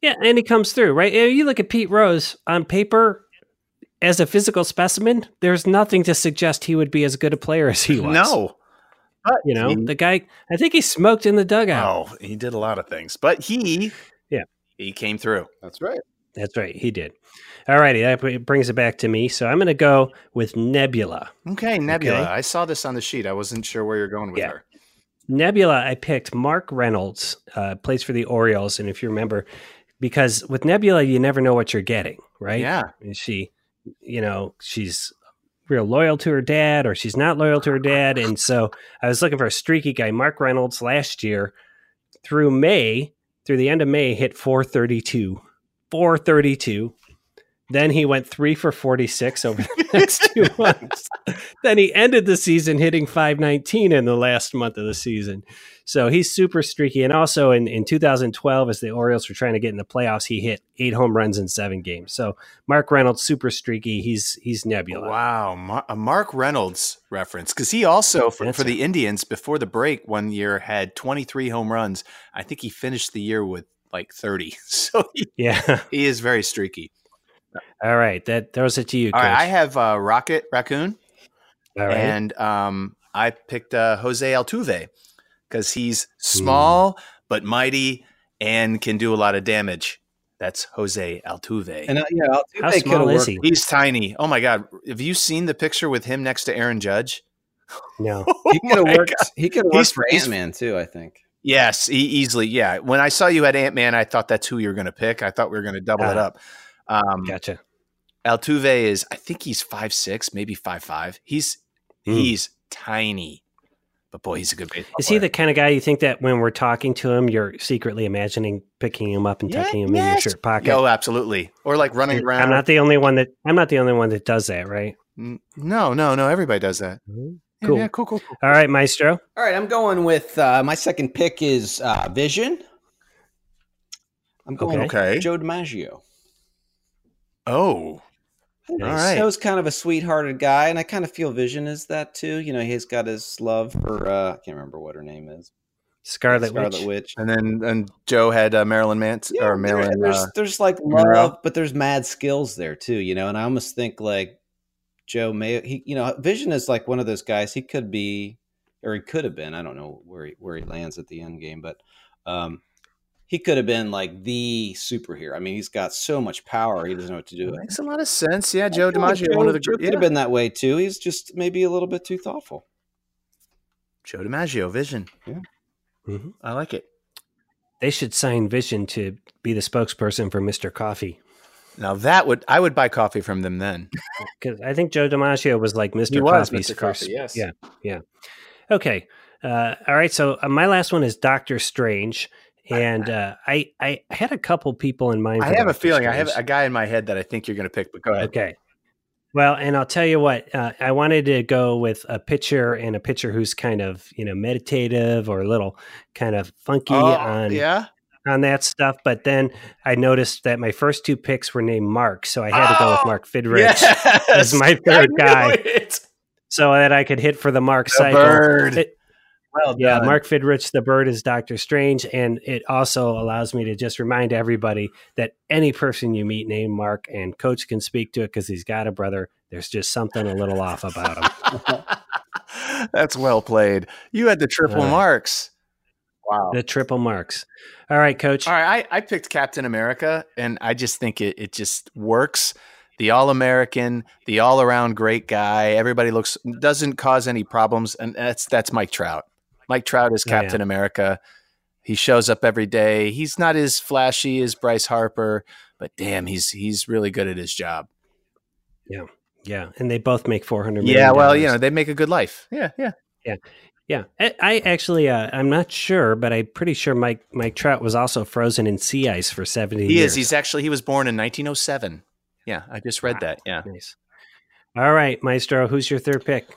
[SPEAKER 1] Yeah, and he comes through, right? You know, You look at Pete Rose on paper as a physical specimen, there's nothing to suggest he would be as good a player as he was.
[SPEAKER 2] No, Mm-hmm.
[SPEAKER 1] You know, the guy, I think he smoked in the dugout.
[SPEAKER 2] no, Oh, he did a lot of things, but he,
[SPEAKER 1] Yeah.
[SPEAKER 2] he came through.
[SPEAKER 4] That's right.
[SPEAKER 1] That's right, he did. All righty, that br- brings it back to me. So I'm going to go with Nebula.
[SPEAKER 2] Okay, Nebula.
[SPEAKER 1] Okay.
[SPEAKER 2] I saw this on the sheet. I wasn't sure where you're going with
[SPEAKER 1] Yeah.
[SPEAKER 2] her.
[SPEAKER 1] Nebula, I picked Mark Reynolds, uh, plays for the Orioles. And if you remember, because with Nebula, you never know what you're getting, right?
[SPEAKER 2] Yeah,
[SPEAKER 1] and she you know she's real loyal to her dad or she's not loyal to her dad and so i was looking for a streaky guy mark reynolds last year through may through the end of may hit 432 432 then he went three for 46 over the next two months then he ended the season hitting 519 in the last month of the season so he's super streaky and also in, in 2012 as the orioles were trying to get in the playoffs he hit eight home runs in seven games so Mark Reynolds, super streaky. He's he's Nebula.
[SPEAKER 2] wow, Mar- a Mark Reynolds reference because he also for,
[SPEAKER 1] That's
[SPEAKER 2] for the Indians before the break one year had 23 home runs. I think he finished the year with like 30, so he,
[SPEAKER 1] Yeah.
[SPEAKER 2] he is very streaky.
[SPEAKER 1] All right. That throws it to you,
[SPEAKER 2] All
[SPEAKER 1] Coach.
[SPEAKER 2] right, I have uh, Rocket Raccoon.
[SPEAKER 1] All right.
[SPEAKER 2] and um, I picked uh, Jose Altuve because he's small but mighty and can do a lot of damage. That's Jose Altuve.
[SPEAKER 4] And uh, you know,
[SPEAKER 1] How
[SPEAKER 4] they
[SPEAKER 1] small
[SPEAKER 4] could
[SPEAKER 1] is
[SPEAKER 4] worked.
[SPEAKER 1] he?
[SPEAKER 2] he's tiny. Oh my God! Have you seen the picture with him next to Aaron Judge?
[SPEAKER 1] No.
[SPEAKER 4] He could have
[SPEAKER 2] Oh my
[SPEAKER 4] worked. He could
[SPEAKER 2] He's-
[SPEAKER 4] have worked for
[SPEAKER 2] he's-
[SPEAKER 4] Ant Man too. I think.
[SPEAKER 2] Yes, e- easily. Yeah. When I saw you had Ant Man, I thought that's who you were going to pick. I thought we were going to double it
[SPEAKER 1] Ah.
[SPEAKER 2] up. Um,
[SPEAKER 1] Gotcha.
[SPEAKER 2] Altuve is, I think he's five six, maybe five five. He's
[SPEAKER 1] Hmm.
[SPEAKER 2] he's tiny, but boy, he's a good baseball.
[SPEAKER 1] Is he the
[SPEAKER 2] player.
[SPEAKER 1] kind of guy you think that when we're talking to him, you're secretly imagining picking him up and
[SPEAKER 2] Yeah,
[SPEAKER 1] tucking him in your
[SPEAKER 2] yes.
[SPEAKER 1] shirt pocket?
[SPEAKER 2] Oh, absolutely. Or like running around.
[SPEAKER 1] I'm not the only one that I'm not the only one that does that, right?
[SPEAKER 2] N- No, no, no. Everybody does that. Yeah,
[SPEAKER 1] Cool.
[SPEAKER 2] Yeah, cool, cool, cool.
[SPEAKER 1] All right, Maestro.
[SPEAKER 4] All right, I'm going with uh, my second pick is uh, Vision. I'm going
[SPEAKER 1] Okay.
[SPEAKER 2] Okay.
[SPEAKER 4] with Joe DiMaggio.
[SPEAKER 2] Oh,
[SPEAKER 4] All
[SPEAKER 2] All
[SPEAKER 4] right.
[SPEAKER 2] right.
[SPEAKER 4] Snow's kind of a sweethearted guy, and I kind of feel Vision is that too. You know, he's got his love for uh, I can't remember what her name is.
[SPEAKER 1] Scarlet,
[SPEAKER 4] Scarlet
[SPEAKER 1] Witch.
[SPEAKER 4] Witch.
[SPEAKER 2] and then and Joe had uh, Marilyn Manson
[SPEAKER 4] Yeah,
[SPEAKER 2] or
[SPEAKER 4] there-
[SPEAKER 2] Marilyn.
[SPEAKER 4] there's
[SPEAKER 2] uh,
[SPEAKER 4] there's like love,
[SPEAKER 2] Monroe.
[SPEAKER 4] but there's mad skills there too, you know. And I almost think like Joe May, he you know, Vision is like one of those guys. He could be, or he could have been. I don't know where he, where he lands at the end game, but um, he could have been like the superhero. I mean, he's got so much power, he doesn't know what to do. with it.
[SPEAKER 2] makes a lot of sense. Yeah, Joe
[SPEAKER 4] I feel like
[SPEAKER 2] DiMaggio, one of the
[SPEAKER 4] Joe
[SPEAKER 2] gr-
[SPEAKER 4] could
[SPEAKER 2] yeah.
[SPEAKER 4] have been that way too. He's just maybe a little bit too thoughtful.
[SPEAKER 2] Joe DiMaggio, Vision.
[SPEAKER 1] Mhm.
[SPEAKER 2] I like it.
[SPEAKER 1] They should sign Vision to be the spokesperson for Mr. Coffee.
[SPEAKER 2] Now that would I would buy coffee from them then.
[SPEAKER 1] Because I think Joe DiMaggio was like Mr.
[SPEAKER 2] He was
[SPEAKER 1] Coffee's
[SPEAKER 2] Mr.
[SPEAKER 1] first.
[SPEAKER 2] Coffee, yes.
[SPEAKER 1] Yeah. Yeah. Okay. Uh, all right. So uh, my last one is Doctor Strange, and uh, I I had a couple people in mind.
[SPEAKER 2] I
[SPEAKER 1] for
[SPEAKER 2] have a
[SPEAKER 1] Dr.
[SPEAKER 2] feeling I have
[SPEAKER 1] Strange.
[SPEAKER 2] a guy in my head that I think you're going to pick, but go ahead.
[SPEAKER 1] Okay. Well, and I'll tell you what, uh, I wanted to go with a pitcher and a pitcher who's kind of, you know, meditative or a little kind of funky
[SPEAKER 2] Oh,
[SPEAKER 1] on
[SPEAKER 2] yeah.
[SPEAKER 1] on that stuff. But then I noticed that my first two picks were named Mark. So I had to go with
[SPEAKER 2] Oh,
[SPEAKER 1] Mark Fidrich
[SPEAKER 2] Yes!
[SPEAKER 1] as my
[SPEAKER 2] I
[SPEAKER 1] third
[SPEAKER 2] knew
[SPEAKER 1] guy
[SPEAKER 2] it!
[SPEAKER 1] so that I could hit for the Mark
[SPEAKER 2] The
[SPEAKER 1] cycle.
[SPEAKER 2] bird.
[SPEAKER 1] It-
[SPEAKER 2] well
[SPEAKER 1] yeah,
[SPEAKER 2] done.
[SPEAKER 1] Mark Fidrich, the bird is Doctor Strange, and it also allows me to just remind everybody that any person you meet named Mark and Coach can speak to it because he's got a brother. There's just something a little off about him.
[SPEAKER 2] That's well played. You had the triple
[SPEAKER 1] Uh,
[SPEAKER 2] marks. Wow.
[SPEAKER 1] The triple marks. All right, Coach.
[SPEAKER 2] All right, I, I picked Captain America, and I just think it it just works. The all American, the all around great guy. Everybody looks doesn't cause any problems, and that's that's Mike Trout. Mike Trout is
[SPEAKER 1] Oh, yeah.
[SPEAKER 2] Captain America. He shows up every day. He's not as flashy as Bryce Harper, but damn, he's he's really good at his job.
[SPEAKER 1] Yeah, and they both make four hundred.
[SPEAKER 2] Yeah, well, you know they make a good life. Yeah, yeah.
[SPEAKER 1] Yeah, I, I actually, uh, I'm not sure, but I'm pretty sure Mike Mike Trout was also frozen in sea ice for seventy.
[SPEAKER 2] He
[SPEAKER 1] years.
[SPEAKER 2] is. He's actually he was born in 1907. Yeah, I just read that. Yeah.
[SPEAKER 1] nice. All right, Maestro, who's your third pick?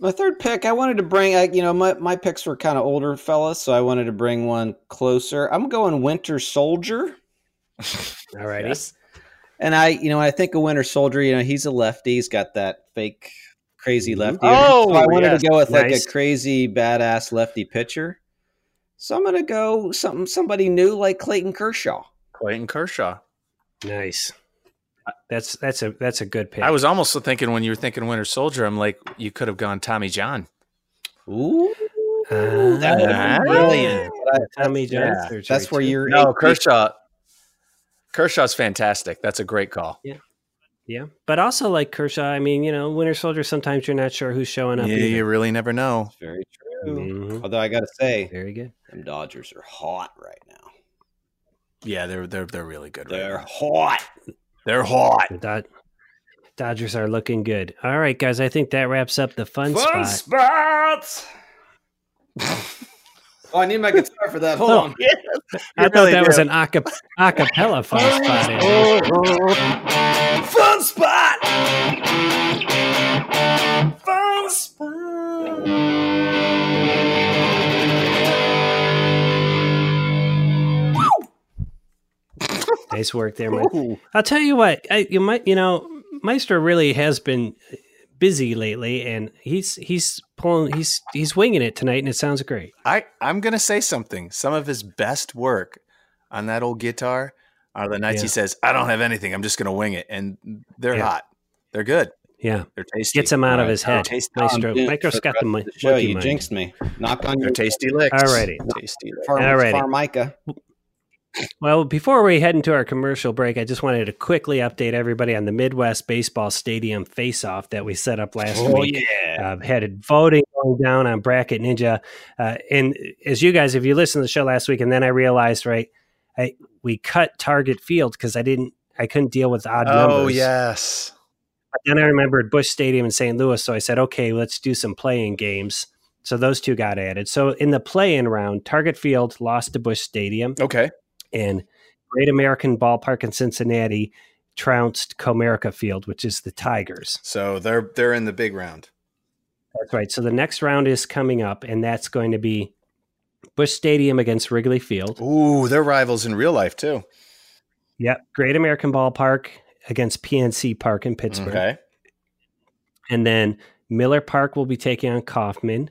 [SPEAKER 4] My third pick, I wanted to bring, like, you know, my, my picks were kind of older fellas, so I wanted to bring one closer. I'm going Winter Soldier.
[SPEAKER 1] All righty.
[SPEAKER 2] Yes.
[SPEAKER 4] And I, you know, I think a Winter Soldier, you know, he's a lefty. He's got that fake crazy lefty.
[SPEAKER 2] Oh,
[SPEAKER 4] so I wanted
[SPEAKER 2] yes.
[SPEAKER 4] to go with like
[SPEAKER 1] Nice.
[SPEAKER 4] a crazy badass lefty pitcher. So I'm going to go something somebody new like Clayton Kershaw.
[SPEAKER 2] Clayton Kershaw.
[SPEAKER 1] Nice. Uh, That's that's a that's a good pick.
[SPEAKER 2] I was almost thinking when you were thinking Winter Soldier, I'm like, you could have gone Tommy John.
[SPEAKER 4] Ooh. that would have
[SPEAKER 2] Ah.
[SPEAKER 4] been brilliant. But I-
[SPEAKER 1] Tommy John
[SPEAKER 2] yeah,
[SPEAKER 1] surgery.
[SPEAKER 4] that's where
[SPEAKER 1] too.
[SPEAKER 4] you're
[SPEAKER 2] Kershaw. Kershaw's fantastic. That's a great call.
[SPEAKER 1] Yeah, but also like Kershaw. I mean, you know, Winter Soldier. Sometimes you're not sure who's showing
[SPEAKER 2] Yeah,
[SPEAKER 1] up.
[SPEAKER 2] you really never know.
[SPEAKER 4] Very true.
[SPEAKER 2] Mm-hmm.
[SPEAKER 1] hmm
[SPEAKER 4] Although I got to say,
[SPEAKER 1] Very good.
[SPEAKER 4] them Dodgers are hot right now.
[SPEAKER 2] Yeah, they're they're they're really good. right
[SPEAKER 4] They're
[SPEAKER 2] now.
[SPEAKER 4] hot.
[SPEAKER 2] they're hot.
[SPEAKER 1] The Dod- Dodgers are looking good. All right, guys, I think that wraps up the fun, spot.
[SPEAKER 2] spots.
[SPEAKER 4] Oh, I need my guitar for that. Hold
[SPEAKER 1] Oh.
[SPEAKER 4] on.
[SPEAKER 1] I
[SPEAKER 2] You
[SPEAKER 1] thought
[SPEAKER 2] really
[SPEAKER 1] that was
[SPEAKER 2] do.
[SPEAKER 1] an aca- acapella fun spot. Andrew.
[SPEAKER 5] Fun spot. Fun spot.
[SPEAKER 1] Nice work there, Mike. I'll tell you what. I, you might, you know, Meister really has been busy lately, and he's he's pulling, he's he's winging it tonight, and it sounds great.
[SPEAKER 2] I I'm gonna say something. Some of his best work on that old guitar are the nights he
[SPEAKER 1] Yeah.
[SPEAKER 2] says, "I don't have anything. I'm just gonna wing it," and they're
[SPEAKER 1] Yeah.
[SPEAKER 2] hot. They're good.
[SPEAKER 1] Yeah,
[SPEAKER 2] They're tasty.
[SPEAKER 1] gets him out of
[SPEAKER 2] Alright.
[SPEAKER 1] his head.
[SPEAKER 2] Tasty.
[SPEAKER 1] Maestro,
[SPEAKER 4] Dude,
[SPEAKER 1] Micro's
[SPEAKER 4] for
[SPEAKER 1] got
[SPEAKER 4] rest
[SPEAKER 1] the
[SPEAKER 4] of
[SPEAKER 1] mi-
[SPEAKER 4] show.
[SPEAKER 1] monkey
[SPEAKER 4] You
[SPEAKER 1] mind.
[SPEAKER 4] jinxed me. Knock on
[SPEAKER 2] They're
[SPEAKER 4] your
[SPEAKER 2] tasty licks.
[SPEAKER 1] Alrighty.
[SPEAKER 2] Tasty licks.
[SPEAKER 4] farm,
[SPEAKER 1] Alrighty.
[SPEAKER 4] Farmica.
[SPEAKER 1] Well, before we head into our commercial break, I just wanted to quickly update everybody on the Midwest Baseball Stadium face-off that we set up last
[SPEAKER 4] Oh,
[SPEAKER 1] week.
[SPEAKER 2] yeah.
[SPEAKER 1] uh, had voting going down on Bracket Ninja. Uh, and as you guys, if you listened to the show last week, and then I realized, right, I, we cut Target Field because I didn't, I couldn't deal with odd
[SPEAKER 2] oh
[SPEAKER 1] numbers.
[SPEAKER 2] yes,
[SPEAKER 1] But then I remembered Bush Stadium in St. Louis, so I said, okay, let's do some play-in games. So those two got added. So in the play-in round, Target Field lost to Bush Stadium,
[SPEAKER 2] okay,
[SPEAKER 1] and Great American Ballpark in Cincinnati trounced Comerica Field, which is the Tigers.
[SPEAKER 2] so they're they're in the big round.
[SPEAKER 1] That's right. So the next round is coming up, and that's going to be Bush Stadium against Wrigley Field.
[SPEAKER 2] Ooh, they're rivals in real life too.
[SPEAKER 1] Yep, Great American Ballpark against PNC Park in Pittsburgh.
[SPEAKER 2] Okay,
[SPEAKER 1] And then Miller Park will be taking on Kaufman,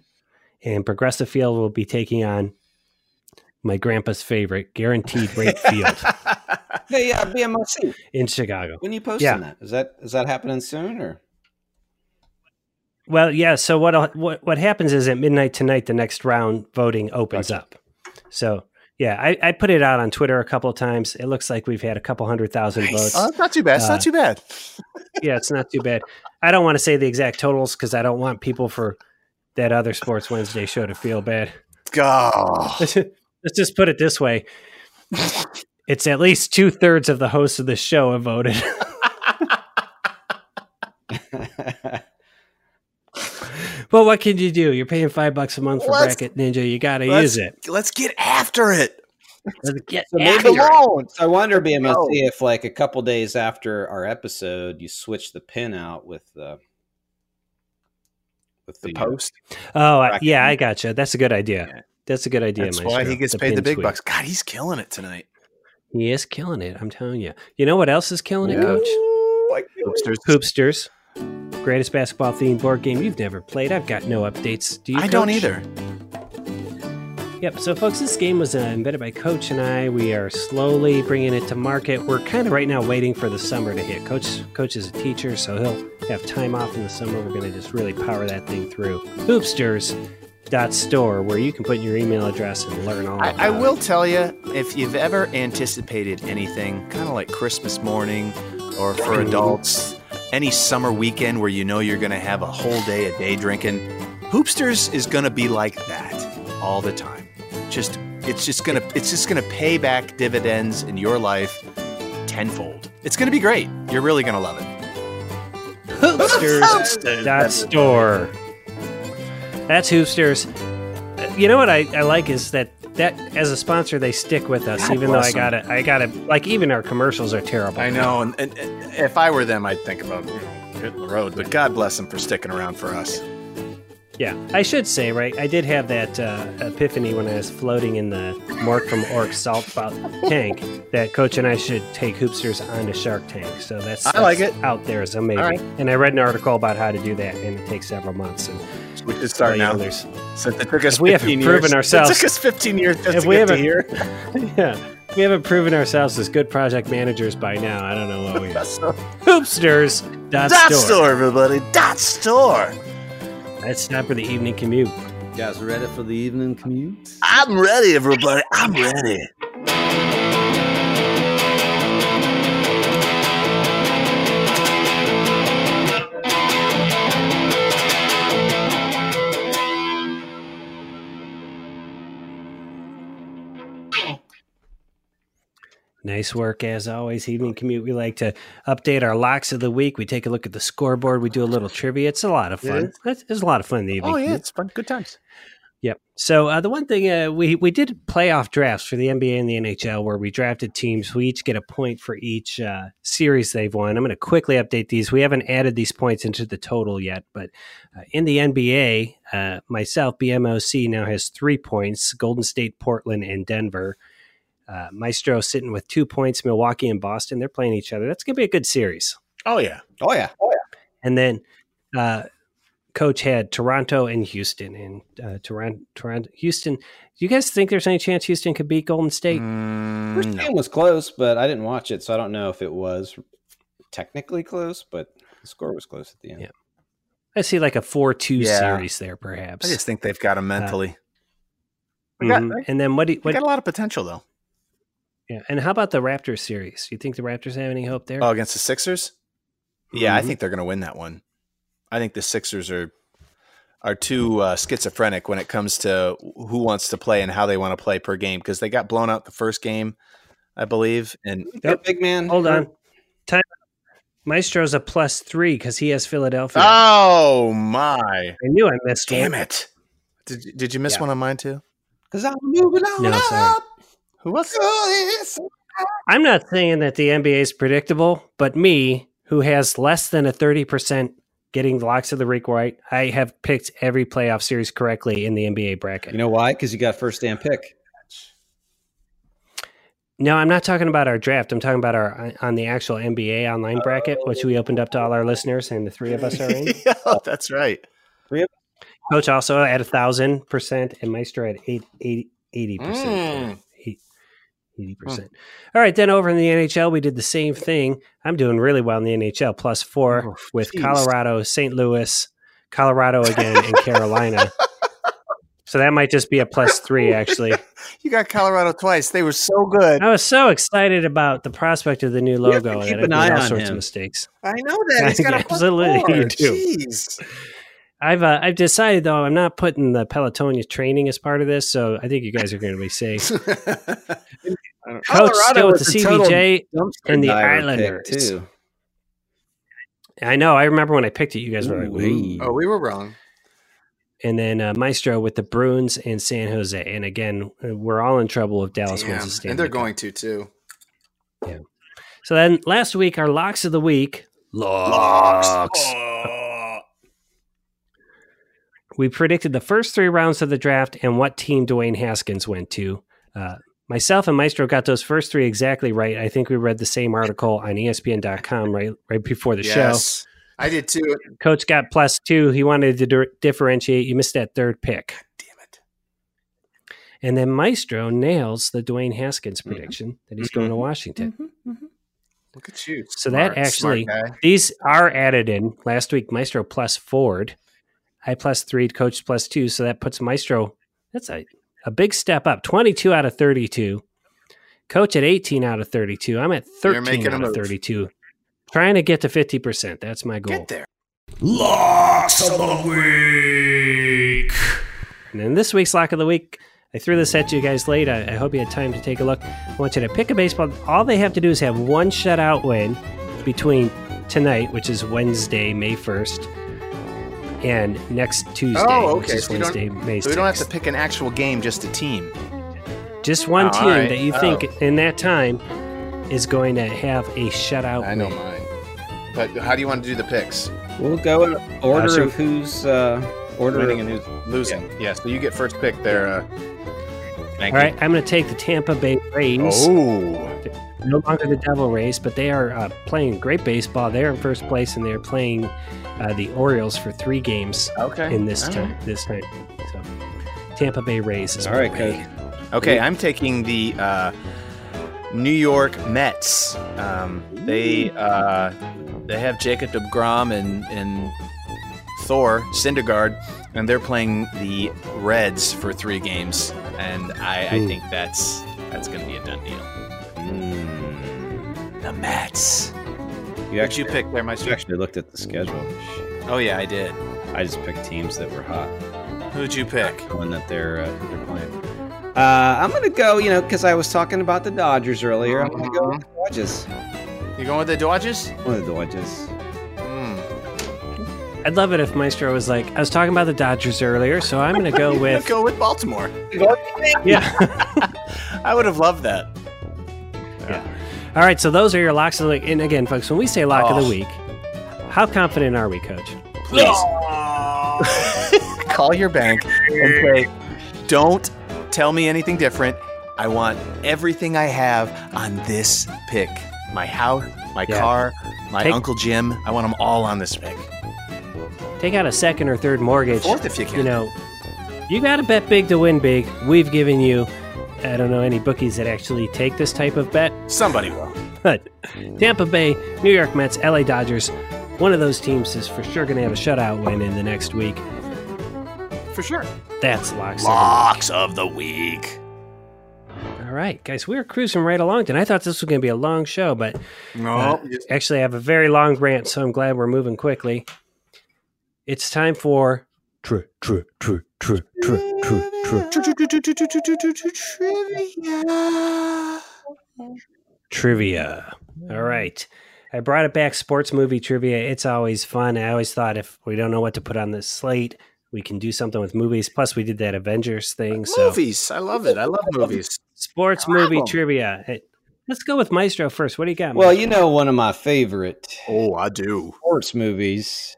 [SPEAKER 1] and Progressive Field will be taking on my grandpa's favorite, Guaranteed Rate Field
[SPEAKER 4] Hey, yeah, BMIC.
[SPEAKER 1] in Chicago.
[SPEAKER 4] When you posting
[SPEAKER 1] Yeah.
[SPEAKER 4] that? Is that is that happening soon or?
[SPEAKER 1] Well, yeah. So what what what happens is at midnight tonight, the next round voting opens
[SPEAKER 2] Gotcha.
[SPEAKER 1] up. So yeah, I, I put it out on Twitter a couple of times. It looks like we've had a couple hundred thousand votes.
[SPEAKER 2] oh, that's not too bad. It's
[SPEAKER 1] Uh,
[SPEAKER 2] not too bad.
[SPEAKER 1] yeah, it's not too bad. I don't want to say the exact totals because I don't want people for that other Sports Wednesday show to feel bad.
[SPEAKER 2] God.
[SPEAKER 1] Let's let's just put it this way: it's at least two thirds of the hosts of the show have voted. but what can you do? You're paying five bucks a month for
[SPEAKER 2] Let's-
[SPEAKER 1] Bracket Ninja. You got to
[SPEAKER 2] let's-
[SPEAKER 1] use it.
[SPEAKER 2] Let's get after it.
[SPEAKER 1] Let's get
[SPEAKER 4] So
[SPEAKER 1] after
[SPEAKER 4] maybe
[SPEAKER 1] it.
[SPEAKER 2] alone.
[SPEAKER 4] I wonder, BMC,
[SPEAKER 2] No.
[SPEAKER 1] Oh.
[SPEAKER 4] if like a couple days after our episode, you switch the pin out with the with the,
[SPEAKER 2] The post.
[SPEAKER 1] Oh, I-
[SPEAKER 2] Bracket
[SPEAKER 1] yeah, I gotcha. That's a good idea.
[SPEAKER 2] Yeah.
[SPEAKER 1] That's a good idea.
[SPEAKER 2] That's
[SPEAKER 1] Maestro.
[SPEAKER 2] why he gets paid
[SPEAKER 1] pin
[SPEAKER 2] the big
[SPEAKER 1] tweet.
[SPEAKER 2] bucks. God, he's killing it tonight.
[SPEAKER 1] He is killing it. I'm telling you. You know what else is killing it, Coach?
[SPEAKER 2] Like hoopsters.
[SPEAKER 1] Hoopsters, greatest basketball themed board game you've never played. I've got no updates. Do you?
[SPEAKER 2] I don't
[SPEAKER 1] Coach?
[SPEAKER 2] either.
[SPEAKER 1] Yep. So, folks, this game was uh, invented by Coach and I. We are slowly bringing it to market. We're kind of right now waiting for the summer to hit. Coach, Coach is a teacher, so he'll have time off in the summer. We're going to just really power that thing through. Hoopsters.store, where you can put your email address and learn all.
[SPEAKER 2] I, I
[SPEAKER 1] about it.
[SPEAKER 2] will tell you, if you've ever anticipated anything, kind of like Christmas morning or for adults, any summer weekend where you know you're going to have a whole day of day drinking, Hoopsters is going to be like that all the time. Just it's just going to it's just going to pay back dividends in your life tenfold. It's going to be great. You're really going to love it.
[SPEAKER 1] Hoopsters dot store. That's Hoopsters. Uh, You know what I, I like is that that as a sponsor they stick with us,
[SPEAKER 2] God
[SPEAKER 1] even though I
[SPEAKER 2] bless 'em.
[SPEAKER 1] gotta I gotta like even our commercials are terrible.
[SPEAKER 2] I know, and, and, and if I were them, I'd think about you know, hitting the road. But God bless them for sticking around for us.
[SPEAKER 1] Yeah, I should say right. I did have that uh, epiphany when I was floating in the Mark from Orc salt bout tank that Coach and I should take Hoopsters onto Shark Tank. So that's,
[SPEAKER 2] I like
[SPEAKER 1] that's out there is amazing.
[SPEAKER 2] All right.
[SPEAKER 1] And I read an article about how to do that, and it takes several months. And
[SPEAKER 2] We should start
[SPEAKER 1] well, you know,
[SPEAKER 2] now.
[SPEAKER 1] there's-
[SPEAKER 2] Since it took us
[SPEAKER 1] If we haven't
[SPEAKER 2] 15 years,
[SPEAKER 1] proven ourselves-
[SPEAKER 2] It took us 15 years just
[SPEAKER 1] If
[SPEAKER 2] to
[SPEAKER 1] we
[SPEAKER 2] get to
[SPEAKER 1] haven't-
[SPEAKER 2] here.
[SPEAKER 1] yeah, we haven't proven ourselves as good project managers by now. I don't know what we are.
[SPEAKER 2] So,
[SPEAKER 1] Hoopsters. Dot
[SPEAKER 2] dot
[SPEAKER 1] store.
[SPEAKER 2] store, everybody. Dot store.
[SPEAKER 1] That's time for the evening commute.
[SPEAKER 4] You guys ready for the evening commute?
[SPEAKER 2] I'm ready, everybody. I'm ready.
[SPEAKER 1] Nice work as always. Evening commute. We like to update our locks of the week. We take a look at the scoreboard. We do a little trivia. It's a lot of
[SPEAKER 2] It
[SPEAKER 1] fun.
[SPEAKER 2] is.
[SPEAKER 1] It's, it's a lot of fun. in The evening.
[SPEAKER 2] Oh, yeah.
[SPEAKER 1] commute.
[SPEAKER 2] It's fun. Good times.
[SPEAKER 1] Yep. So uh, the one thing uh, we we did playoff drafts for the NBA and the NHL where we drafted teams. We each get a point for each uh, series they've won. I'm going to quickly update these. We haven't added these points into the total yet, but uh, in the NBA, uh, myself BMOC now has three points: Golden State, Portland, and Denver. Uh, Maestro sitting with two points. Milwaukee and Boston. They're playing each other. That's going to be a good series.
[SPEAKER 2] Oh, yeah.
[SPEAKER 4] Oh yeah. Oh yeah.
[SPEAKER 1] And then uh, coach had Toronto and Houston. And uh, Toronto, Toronto, Houston. Do you guys think there's any chance Houston could beat Golden State?
[SPEAKER 2] Mm,
[SPEAKER 4] First
[SPEAKER 2] no.
[SPEAKER 4] game was close, but I didn't watch it, so I don't know if it was technically close, but the score was close at the end.
[SPEAKER 1] Yeah. I see like a four-two
[SPEAKER 2] Yeah.
[SPEAKER 1] series there,
[SPEAKER 2] I
[SPEAKER 1] perhaps.
[SPEAKER 2] just think they've got him
[SPEAKER 1] Uh,
[SPEAKER 2] mentally. we got-
[SPEAKER 1] Mhm. And then what? Do you,
[SPEAKER 2] they
[SPEAKER 1] what
[SPEAKER 2] got a lot of potential, though.
[SPEAKER 1] yeah. And how about the Raptors series? Do you think the Raptors have any hope there?
[SPEAKER 2] Oh, against the Sixers? Yeah, I
[SPEAKER 1] Mhm.
[SPEAKER 2] think they're going to win that one. I think the Sixers are are too uh, schizophrenic when it comes to who wants to play and how they want to play per game because they got blown out the first game, I believe, and
[SPEAKER 4] Yeah, Big man.
[SPEAKER 1] Hold on. Time. Maestro's a plus three because he has Philadelphia.
[SPEAKER 2] Oh my!
[SPEAKER 1] I knew I missed
[SPEAKER 2] Damn
[SPEAKER 1] one.
[SPEAKER 2] it! Did did you miss
[SPEAKER 4] Yeah.
[SPEAKER 2] one on mine too?
[SPEAKER 4] Because I'm moving on.
[SPEAKER 1] No, sorry.
[SPEAKER 4] up.
[SPEAKER 2] Who was?
[SPEAKER 1] I'm not saying that the NBA is predictable, but me, who has less than a 30% getting the locks of the rig right, I have picked every playoff series correctly in the NBA bracket.
[SPEAKER 4] You know why? Because you got first damn pick.
[SPEAKER 1] no, I'm not talking about our draft. I'm talking about our uh, on the actual NBA online bracket, which we opened up to all our listeners, and the three of us are in.
[SPEAKER 2] yeah, that's right.
[SPEAKER 1] Coach also at a thousand percent, and Maestro at eight, 80
[SPEAKER 4] Hmm.
[SPEAKER 1] percent.
[SPEAKER 2] Mm.
[SPEAKER 1] eighty percent. All right, then over in the NHL, we did the same thing. I'm doing really well in the NHL, plus four
[SPEAKER 2] Oh,
[SPEAKER 1] with
[SPEAKER 2] jeez.
[SPEAKER 1] Colorado, St. Louis, Colorado again, and Carolina. So that might just be a plus three, actually.
[SPEAKER 2] You got Colorado twice. They were so good.
[SPEAKER 1] I was so excited about the prospect of the new
[SPEAKER 4] have to
[SPEAKER 1] logo
[SPEAKER 4] keep
[SPEAKER 1] that I
[SPEAKER 4] an
[SPEAKER 1] made
[SPEAKER 4] eye
[SPEAKER 1] all
[SPEAKER 4] on
[SPEAKER 1] sorts of
[SPEAKER 4] him.
[SPEAKER 1] mistakes.
[SPEAKER 2] I know that. He's got
[SPEAKER 1] Yeah,
[SPEAKER 2] a plus
[SPEAKER 1] absolutely,
[SPEAKER 2] four.
[SPEAKER 1] you do.
[SPEAKER 2] Jeez.
[SPEAKER 1] I've uh, I've decided though I'm not putting the Pelotonia training as part of this, so I think you guys are going to be safe. Coach still with the
[SPEAKER 2] is a total
[SPEAKER 1] CBJ
[SPEAKER 2] dumpster.
[SPEAKER 1] and the
[SPEAKER 4] Dire pick,
[SPEAKER 1] Islanders.
[SPEAKER 4] too.
[SPEAKER 1] I know. I remember when I picked it, you guys were like,
[SPEAKER 4] Ooh.
[SPEAKER 1] "Ooh."
[SPEAKER 2] Oh, we were wrong.
[SPEAKER 1] and then uh, Maestro with the Bruins and San Jose. And again, we're all in trouble if Dallas wins
[SPEAKER 2] Damn.
[SPEAKER 1] the Stanley
[SPEAKER 2] And they're
[SPEAKER 1] Cup.
[SPEAKER 2] going to too.
[SPEAKER 1] So then last week, our locks of the week,
[SPEAKER 2] Locks.
[SPEAKER 1] we predicted the first three rounds of the draft and what team Dwayne Haskins went to. Uh, myself and Maestro got those first three exactly right. I think we read the same article on E ESPN.com right right before the
[SPEAKER 2] Yes. I did too.
[SPEAKER 1] show. Coach got plus two. He wanted to di- differentiate. You missed that third pick.
[SPEAKER 2] Damn it.
[SPEAKER 1] And then Maestro nails the Dwayne Haskins
[SPEAKER 2] Mm-hmm.
[SPEAKER 1] prediction that he's going to Washington.
[SPEAKER 2] Look at you.
[SPEAKER 1] So that
[SPEAKER 2] Smart- smart
[SPEAKER 1] actually-
[SPEAKER 2] guy.
[SPEAKER 1] These are added in. Last week, Maestro plus Ford. I plus three, coach plus two. So that puts Maestro, that's a, a big step up 22 out of 32. Coach at 18 out of 32. I'm at
[SPEAKER 2] You're
[SPEAKER 1] 13
[SPEAKER 2] making a
[SPEAKER 1] out of
[SPEAKER 2] move.
[SPEAKER 1] 32. Trying to get to 50%. That's my goal.
[SPEAKER 2] Get there.
[SPEAKER 5] Locks of the week.
[SPEAKER 1] And then this week's lock of the week, I threw this at you guys late. I, I hope you had time to take a look. I want you to pick a baseball. All they have to do is have one shutout win between tonight, which is Wednesday, May 1st, and next Tuesday,
[SPEAKER 2] Oh,
[SPEAKER 1] which
[SPEAKER 2] okay.
[SPEAKER 1] is
[SPEAKER 2] So you don't-
[SPEAKER 1] Wednesday, May 6th.
[SPEAKER 2] So we don't have to pick an actual game, just a team.
[SPEAKER 1] Just one
[SPEAKER 2] Oh, all
[SPEAKER 1] team
[SPEAKER 2] right.
[SPEAKER 1] that you
[SPEAKER 2] Oh.
[SPEAKER 1] think in that time is going to have a shutout
[SPEAKER 2] I know
[SPEAKER 1] win.
[SPEAKER 2] mine. But how do you want to do the picks?
[SPEAKER 4] We'll go in order
[SPEAKER 1] Uh, so-
[SPEAKER 4] of who's uh, order
[SPEAKER 2] Winning
[SPEAKER 4] of-
[SPEAKER 2] and Losing. Yeah. so you get first pick there. Uh,
[SPEAKER 1] All right, I'm going to take the Tampa Bay Rays.
[SPEAKER 2] Oh.
[SPEAKER 1] no longer the Devil Rays, but they are uh, playing great baseball. They're in first place, and they're playing uh, the Orioles for three games
[SPEAKER 2] Okay.
[SPEAKER 1] in this
[SPEAKER 2] All
[SPEAKER 1] time. This time, so Tampa Bay Rays is
[SPEAKER 4] All right,
[SPEAKER 1] my way.
[SPEAKER 2] right. Okay, I'm taking the uh, New York Mets. Um, they uh, they have Jacob DeGrom and and Thor Syndergaard, and they're playing the Reds for three games, and I, I
[SPEAKER 1] Hmm.
[SPEAKER 2] think that's that's going to be a done deal.
[SPEAKER 4] Mm.
[SPEAKER 2] The Mets.
[SPEAKER 4] You
[SPEAKER 2] Who'd
[SPEAKER 4] actually
[SPEAKER 2] you pick there,
[SPEAKER 4] You
[SPEAKER 2] Maestro?
[SPEAKER 4] actually looked at the schedule. Shit.
[SPEAKER 2] Oh yeah, I did.
[SPEAKER 4] I just picked teams that were hot.
[SPEAKER 2] Who'd you pick?
[SPEAKER 4] The one that they're uh, who they're playing. Uh, I'm gonna go. You know, because I was talking about the Dodgers earlier. I'm gonna go with the Dodgers.
[SPEAKER 2] You going with the Dodgers?
[SPEAKER 4] One of the Dodgers.
[SPEAKER 2] Hmm.
[SPEAKER 1] I'd love it if Maestro was like, "I was talking about the Dodgers earlier, so I'm going to go with
[SPEAKER 2] go with Baltimore.
[SPEAKER 1] yeah."
[SPEAKER 2] I would have loved that.
[SPEAKER 1] All right, so those are your locks of the week. And again, folks, when we say lock of
[SPEAKER 2] Oh.
[SPEAKER 1] the week, how confident are we, Coach?
[SPEAKER 2] Please call your bank and say, "Don't tell me anything different. I want everything I have on this pick. My house, my
[SPEAKER 1] Yeah.
[SPEAKER 2] car, my
[SPEAKER 1] Take-
[SPEAKER 2] uncle Jim. I want them all on this pick.
[SPEAKER 1] Take out a second or third mortgage.
[SPEAKER 2] Fourth, if you can.
[SPEAKER 1] you know, you got to bet big to win big. We've given you, I don't know, any bookies that actually take this type of bet,
[SPEAKER 2] Somebody will.
[SPEAKER 1] but Tampa Bay, New York Mets, LA Dodgers, one of those teams is for sure going to have a shutout win in the next week.
[SPEAKER 2] For sure.
[SPEAKER 1] That's locks.
[SPEAKER 2] Locks of the week.
[SPEAKER 1] All right, guys, we were cruising right along, and I thought this was going to be a long show, but
[SPEAKER 2] No.
[SPEAKER 1] actually, I have a very long rant, so I'm glad we're moving quickly. It's time for
[SPEAKER 5] True, true, true, true, true, true, true.
[SPEAKER 1] trivia. All right. I brought it back sports movie trivia. It's always fun. I always thought if we don't know what to put on this slate, we can do something with movies. Plus, we did that Avengers thing. So
[SPEAKER 2] Movies. I love it. I love movies.
[SPEAKER 1] sports
[SPEAKER 2] I love
[SPEAKER 1] movie
[SPEAKER 2] 'em.
[SPEAKER 1] trivia. Hey, let's go with Maestro first. What do you got?
[SPEAKER 4] Well,
[SPEAKER 1] Maestro?
[SPEAKER 4] you know, one of my favorite
[SPEAKER 2] Oh, I do.
[SPEAKER 4] sports movies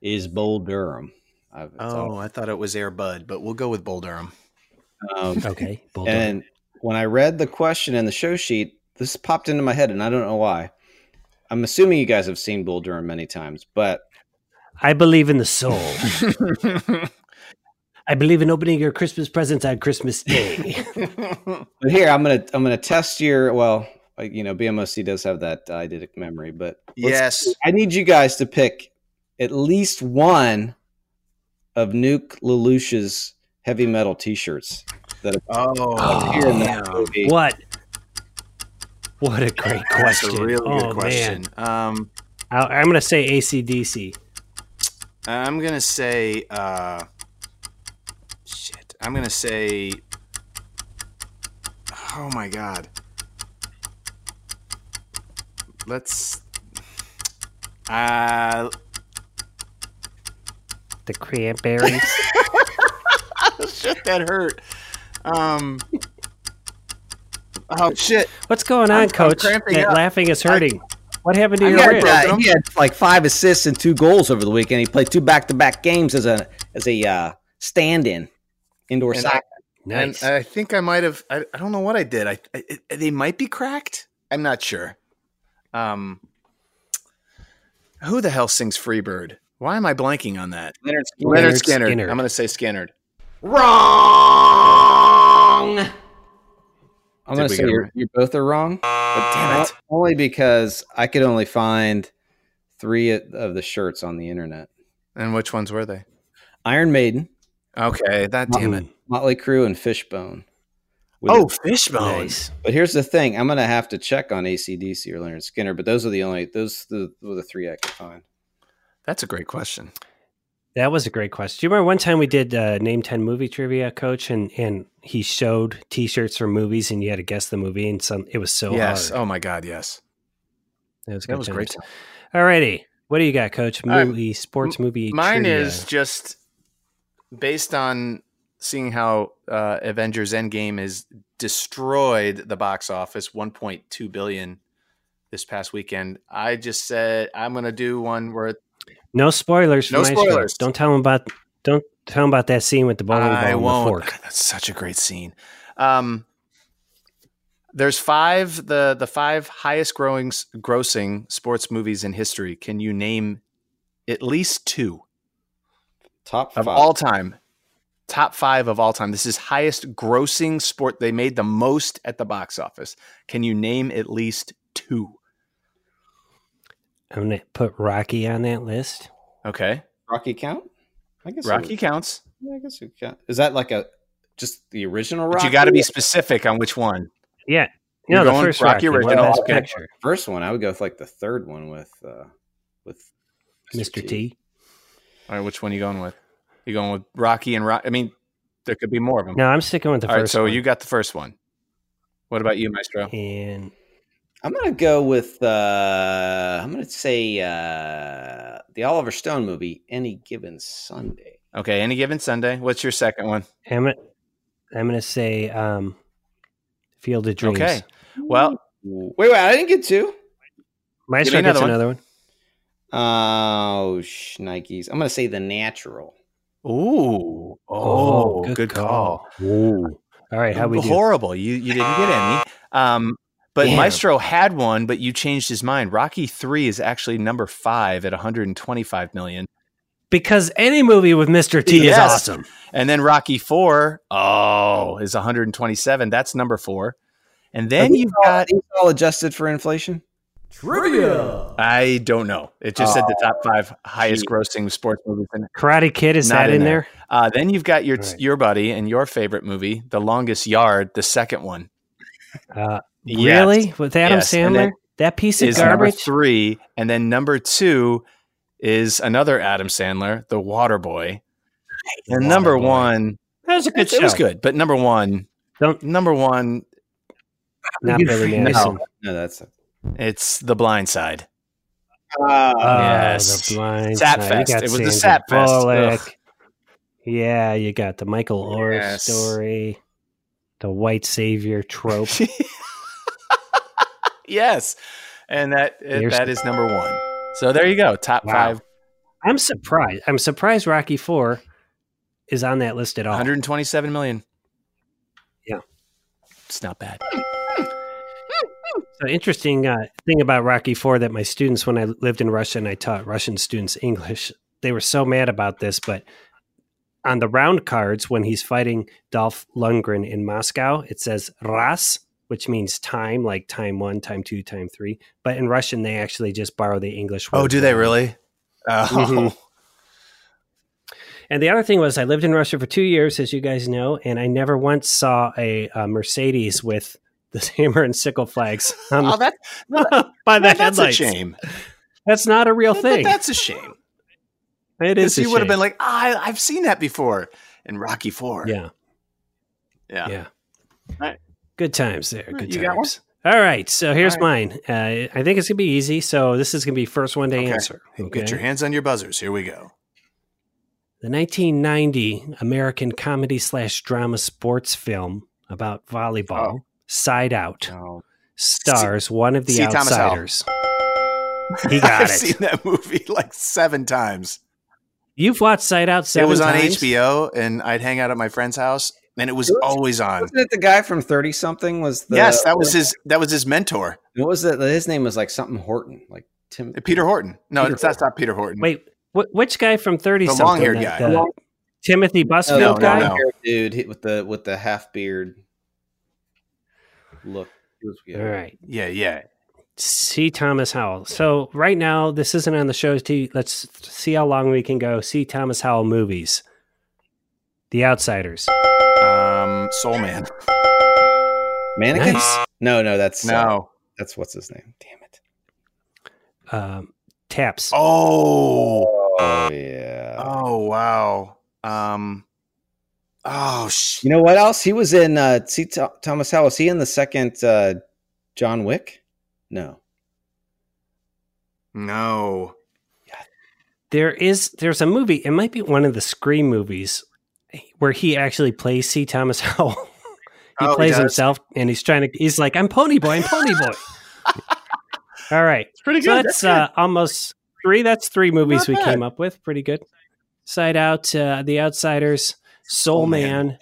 [SPEAKER 4] is Bull Durham. I've, it's
[SPEAKER 2] Oh, I thought it was Air Bud, but we'll go with Bull Durham.
[SPEAKER 4] all- um,
[SPEAKER 1] okay. Bulldog.
[SPEAKER 4] and when I read the question in the show sheet, this popped into my head, and I don't know why. I'm assuming you guys have seen Bull Durham many times, but
[SPEAKER 1] I believe in the soul. I believe in opening your Christmas presents on Christmas Day.
[SPEAKER 4] But here, I'm gonna I'm gonna test your well, like, you know, BMOC does have that eidetic memory, but let's-
[SPEAKER 2] yes.
[SPEAKER 4] I need you guys to pick at least one of Nuke Lelouch's heavy metal T-shirts that
[SPEAKER 2] Oh,
[SPEAKER 4] appear in
[SPEAKER 2] yeah.
[SPEAKER 4] that movie.
[SPEAKER 1] what? What a great
[SPEAKER 2] That's
[SPEAKER 1] question.
[SPEAKER 2] a really
[SPEAKER 1] oh,
[SPEAKER 2] good question.
[SPEAKER 1] Man.
[SPEAKER 2] Um,
[SPEAKER 1] I, I'm going to say ACDC.
[SPEAKER 2] I'm gonna say, uh, shit. I'm gonna say, oh my god. Let's. Uh,
[SPEAKER 1] The cranberries.
[SPEAKER 2] shit, that hurt. Um. Oh shit!
[SPEAKER 1] What's going
[SPEAKER 2] I'm-
[SPEAKER 1] on,
[SPEAKER 2] I'm
[SPEAKER 1] Coach?
[SPEAKER 2] cramping
[SPEAKER 1] That
[SPEAKER 2] up.
[SPEAKER 1] laughing is hurting. what happened to
[SPEAKER 2] I
[SPEAKER 1] your
[SPEAKER 2] got
[SPEAKER 1] wrist?
[SPEAKER 2] that.
[SPEAKER 4] Yeah, he had like five assists and two goals over the weekend. He played two back-to-back games as a as a uh, stand-in indoor
[SPEAKER 2] And I-
[SPEAKER 4] soccer.
[SPEAKER 1] Nice.
[SPEAKER 2] And I think I might have. I, I don't know what I did. I, I I- they might be cracked. I'm not sure. Um, who the hell sings Freebird? Why am I blanking on that?
[SPEAKER 4] Leonard Skinner.
[SPEAKER 2] Leonard,
[SPEAKER 1] Leonard
[SPEAKER 2] Skinner.
[SPEAKER 1] Skinner.
[SPEAKER 2] I'm going to say Skinner.
[SPEAKER 4] I'm
[SPEAKER 2] Did
[SPEAKER 4] gonna
[SPEAKER 2] we
[SPEAKER 4] say
[SPEAKER 2] get 'em
[SPEAKER 4] you're,
[SPEAKER 2] right?
[SPEAKER 4] you both are wrong. Uh,
[SPEAKER 2] But
[SPEAKER 1] Uh-huh.
[SPEAKER 2] damn it!
[SPEAKER 4] Only because I could only find three of the shirts on the internet.
[SPEAKER 2] And which ones were they?
[SPEAKER 4] Iron Maiden,
[SPEAKER 2] Okay, that damn
[SPEAKER 1] Mm-hmm.
[SPEAKER 2] it.
[SPEAKER 4] Motley Crue, and Fishbone. With-
[SPEAKER 2] Oh, Fishbone.
[SPEAKER 1] nice.
[SPEAKER 4] but here's the thing: I'm gonna have to check on ACDC or Leonard Skinner, but those are the only those the, were the three I could find.
[SPEAKER 2] That's a great question.
[SPEAKER 1] That was a great question. Do you remember one time we did uh, Name 10 movie trivia, Coach? And, and he showed t shirts from movies and you had to guess the movie. And some, it was so
[SPEAKER 2] yes.
[SPEAKER 1] hard.
[SPEAKER 2] Oh my God. Yes.
[SPEAKER 1] That was,
[SPEAKER 2] That was great.
[SPEAKER 1] great. All righty. What do you got, Coach?
[SPEAKER 2] All right.
[SPEAKER 1] Movie, sports movie.
[SPEAKER 2] Mine
[SPEAKER 1] trivia.
[SPEAKER 2] is just based on seeing how uh, Avengers Endgame has destroyed the box office, 1.2 billion this past weekend. I just said I'm going to do one where
[SPEAKER 1] no spoilers. For
[SPEAKER 2] No
[SPEAKER 1] my show.
[SPEAKER 2] spoilers.
[SPEAKER 1] Don't tell him about. Don't tell him about that scene with the bowling ball
[SPEAKER 2] I
[SPEAKER 1] and
[SPEAKER 2] won't.
[SPEAKER 1] the fork.
[SPEAKER 2] That's such a great scene. Um, there's five the the five highest growing grossing sports movies in history. Can you name at least two?
[SPEAKER 4] Top five.
[SPEAKER 2] of all time. Top five of all time. This is highest grossing sport. They made the most at the box office. Can you name at least two?
[SPEAKER 1] I'm gonna put Rocky on that list.
[SPEAKER 2] Okay.
[SPEAKER 4] Rocky count? I guess it
[SPEAKER 2] Rocky
[SPEAKER 4] would-
[SPEAKER 2] counts.
[SPEAKER 4] yeah, I guess it count. Is that like a just the original
[SPEAKER 2] But
[SPEAKER 4] Rocky?
[SPEAKER 2] you got to be specific on which one.
[SPEAKER 1] Yeah,
[SPEAKER 2] You're
[SPEAKER 1] no, the
[SPEAKER 2] going
[SPEAKER 1] first Rocky,
[SPEAKER 2] Rocky
[SPEAKER 1] Rocky
[SPEAKER 2] original.
[SPEAKER 1] Best
[SPEAKER 2] Okay.
[SPEAKER 1] Picture,
[SPEAKER 4] first one. I would go with like the third one with uh with
[SPEAKER 1] Mr. T.
[SPEAKER 2] All right. Which one are you going with? You going with Rocky and Rocky? I mean, there could be more of them.
[SPEAKER 1] No, I'm sticking with the
[SPEAKER 2] all
[SPEAKER 1] first.
[SPEAKER 2] right. So
[SPEAKER 1] one.
[SPEAKER 2] you got the first one. What about you, Maestro?
[SPEAKER 1] and
[SPEAKER 4] I'm gonna go with uh I'm gonna say uh the Oliver Stone movie, Any Given Sunday.
[SPEAKER 2] Okay. Any given Sunday. What's your second one?
[SPEAKER 1] I'm gonna, I'm gonna say um, Field of Dreams.
[SPEAKER 2] Okay. Well,
[SPEAKER 4] Wait, wait, I didn't get two.
[SPEAKER 1] Maestro
[SPEAKER 2] another
[SPEAKER 1] gets
[SPEAKER 2] one.
[SPEAKER 1] another one.
[SPEAKER 4] Oh sh Nikes. I'm gonna say the natural.
[SPEAKER 2] ooh. Oh, good, call.
[SPEAKER 1] Ooh. All right, how we do?
[SPEAKER 2] horrible. You you didn't get any. Um, but
[SPEAKER 1] Damn.
[SPEAKER 2] Maestro had one, but you changed his mind. Rocky three is actually number five at 125 million,
[SPEAKER 1] Because any movie with Mr. T
[SPEAKER 2] Yes.
[SPEAKER 1] is awesome.
[SPEAKER 2] and then Rocky four oh is 127. That's number four, and
[SPEAKER 4] Are
[SPEAKER 2] then
[SPEAKER 4] these
[SPEAKER 2] you've
[SPEAKER 4] all-
[SPEAKER 2] got
[SPEAKER 4] these all adjusted for inflation.
[SPEAKER 2] I don't know. It just said the
[SPEAKER 1] Oh,
[SPEAKER 2] top five highest grossing sports movies. In
[SPEAKER 1] Karate Kid is
[SPEAKER 2] Not
[SPEAKER 1] that
[SPEAKER 2] in
[SPEAKER 1] in
[SPEAKER 2] there.
[SPEAKER 1] there?
[SPEAKER 2] uh, then you've got your
[SPEAKER 1] Right.
[SPEAKER 2] your buddy and your favorite movie, The Longest Yard, the second one.
[SPEAKER 1] Uh,
[SPEAKER 2] Yes.
[SPEAKER 1] Really? With Adam
[SPEAKER 2] Yes, and
[SPEAKER 1] Sandler?
[SPEAKER 2] then-
[SPEAKER 1] That piece of
[SPEAKER 2] is number
[SPEAKER 1] garbage?
[SPEAKER 2] three, and then number two is another Adam Sandler, The Water Boy, and number
[SPEAKER 1] Waterboy.
[SPEAKER 2] one.
[SPEAKER 1] That was a good
[SPEAKER 2] It was
[SPEAKER 1] show.
[SPEAKER 2] good, but number one,
[SPEAKER 1] Don't-
[SPEAKER 2] number one.
[SPEAKER 1] Not Billy
[SPEAKER 2] No.
[SPEAKER 1] Madison.
[SPEAKER 4] No, that's
[SPEAKER 2] It's The Blind Side. Uh,
[SPEAKER 4] Ah,
[SPEAKER 1] Oh,
[SPEAKER 2] Yes.
[SPEAKER 1] the blind
[SPEAKER 2] Sat
[SPEAKER 1] side.
[SPEAKER 2] Fest.
[SPEAKER 1] You got
[SPEAKER 2] It was
[SPEAKER 1] Sandra
[SPEAKER 2] the Sat Fest.
[SPEAKER 1] Bullock.
[SPEAKER 2] Ugh.
[SPEAKER 1] Yeah, you got the Michael Orr
[SPEAKER 2] Yes.
[SPEAKER 1] story, the white savior trope.
[SPEAKER 2] yes. And that uh,
[SPEAKER 1] Here's-
[SPEAKER 2] that is number one. So there you go. Top
[SPEAKER 1] Wow.
[SPEAKER 2] five,
[SPEAKER 1] I'm surprised. I'm surprised Rocky Four is on that list at all.
[SPEAKER 2] 127 million.
[SPEAKER 1] Yeah.
[SPEAKER 2] It's not bad.
[SPEAKER 1] So interesting uh, thing about Rocky Four that my students, when I lived in Russia and I taught Russian students English, they were so mad about this. But on the round cards, when he's fighting Dolph Lundgren in Moscow, it says "ras," which means time, like time one, time two, time three. But in Russian, they actually just borrow the English word.
[SPEAKER 2] Oh, do
[SPEAKER 1] for
[SPEAKER 2] they
[SPEAKER 1] it.
[SPEAKER 2] really? Oh,
[SPEAKER 1] Mhm. And the other thing was, I lived in Russia for two years, as you guys know, and I never once saw a, uh Mercedes with the hammer and sickle flags on
[SPEAKER 2] oh that,
[SPEAKER 1] by the
[SPEAKER 2] that's a
[SPEAKER 1] headlights.
[SPEAKER 2] shame.
[SPEAKER 1] That's not a real
[SPEAKER 2] That-
[SPEAKER 1] thing.
[SPEAKER 2] that's a shame.
[SPEAKER 1] it
[SPEAKER 2] Because
[SPEAKER 1] is.
[SPEAKER 2] he
[SPEAKER 1] a
[SPEAKER 2] would have
[SPEAKER 1] shame.
[SPEAKER 2] been like, I, I've seen that before in Rocky Four.
[SPEAKER 1] yeah,
[SPEAKER 2] Yeah.
[SPEAKER 1] yeah.
[SPEAKER 2] Alright.
[SPEAKER 1] Good times there.
[SPEAKER 2] Alright,
[SPEAKER 1] Good
[SPEAKER 2] you got one?
[SPEAKER 1] times. All right, so here's mine. Uh, I think it's gonna be easy. So this is gonna be first one to
[SPEAKER 2] Okay.
[SPEAKER 1] answer. Okay.
[SPEAKER 2] Get your hands on your buzzers. Here we go.
[SPEAKER 1] The 1990 American comedy slash drama sports film about volleyball, Side Out.
[SPEAKER 2] Oh,
[SPEAKER 1] stars one of the
[SPEAKER 2] C. Thomas Howell.
[SPEAKER 1] outsiders. He got
[SPEAKER 2] I've
[SPEAKER 1] it.
[SPEAKER 2] seen that movie like seven times.
[SPEAKER 1] You've watched Sight Out seven
[SPEAKER 2] it was on
[SPEAKER 1] times?
[SPEAKER 2] HBO, and I'd hang out at my friend's house, and it was
[SPEAKER 4] Really?
[SPEAKER 2] always on.
[SPEAKER 4] wasn't it the guy from Thirty Something? Was the,
[SPEAKER 2] yes, that was his. That was his mentor,
[SPEAKER 4] What was that? His name was like something Horton, like Tim.
[SPEAKER 2] Peter Horton. No,
[SPEAKER 4] Peter
[SPEAKER 2] it's, that's not Peter Horton.
[SPEAKER 1] Wait, wh- which guy from Thirty
[SPEAKER 2] The
[SPEAKER 1] something?
[SPEAKER 2] long-haired
[SPEAKER 1] that-
[SPEAKER 2] guy.
[SPEAKER 1] the
[SPEAKER 2] The long-
[SPEAKER 1] Timothy
[SPEAKER 4] Oh,
[SPEAKER 1] Busfield
[SPEAKER 2] no,
[SPEAKER 1] guy.
[SPEAKER 2] no.
[SPEAKER 4] dude he- with the with the half beard look. It was- yeah.
[SPEAKER 1] All right,
[SPEAKER 2] Yeah, yeah.
[SPEAKER 1] C. Thomas Howell. So right now, this isn't on the show. T- Let's see how long we can go. C. Thomas Howell movies. The Outsiders.
[SPEAKER 2] Um, Soul Man.
[SPEAKER 4] Mannequin?
[SPEAKER 1] Nice.
[SPEAKER 4] No, no, that's uh,
[SPEAKER 2] No.
[SPEAKER 4] that's what's his name. Damn it.
[SPEAKER 1] Um, taps.
[SPEAKER 2] Oh.
[SPEAKER 4] Oh yeah.
[SPEAKER 2] Oh wow. Um. Oh sh-
[SPEAKER 4] You know what else? He was in uh see Th- Thomas Howell. Was he in the second uh John Wick? No.
[SPEAKER 2] no.
[SPEAKER 1] There is there's a movie. It might be one of the Scream movies where he actually plays C. Thomas Howell. he
[SPEAKER 2] Oh, he
[SPEAKER 1] plays
[SPEAKER 2] does.
[SPEAKER 1] himself and he's trying to he's like i'm pony boy i'm pony boy all right
[SPEAKER 2] It's pretty
[SPEAKER 1] so
[SPEAKER 2] good.
[SPEAKER 1] that's uh, almost three that's three movies
[SPEAKER 2] Not
[SPEAKER 1] we
[SPEAKER 2] bad.
[SPEAKER 1] came up with pretty good side out uh, the outsiders soul
[SPEAKER 2] Soul Man.
[SPEAKER 1] man,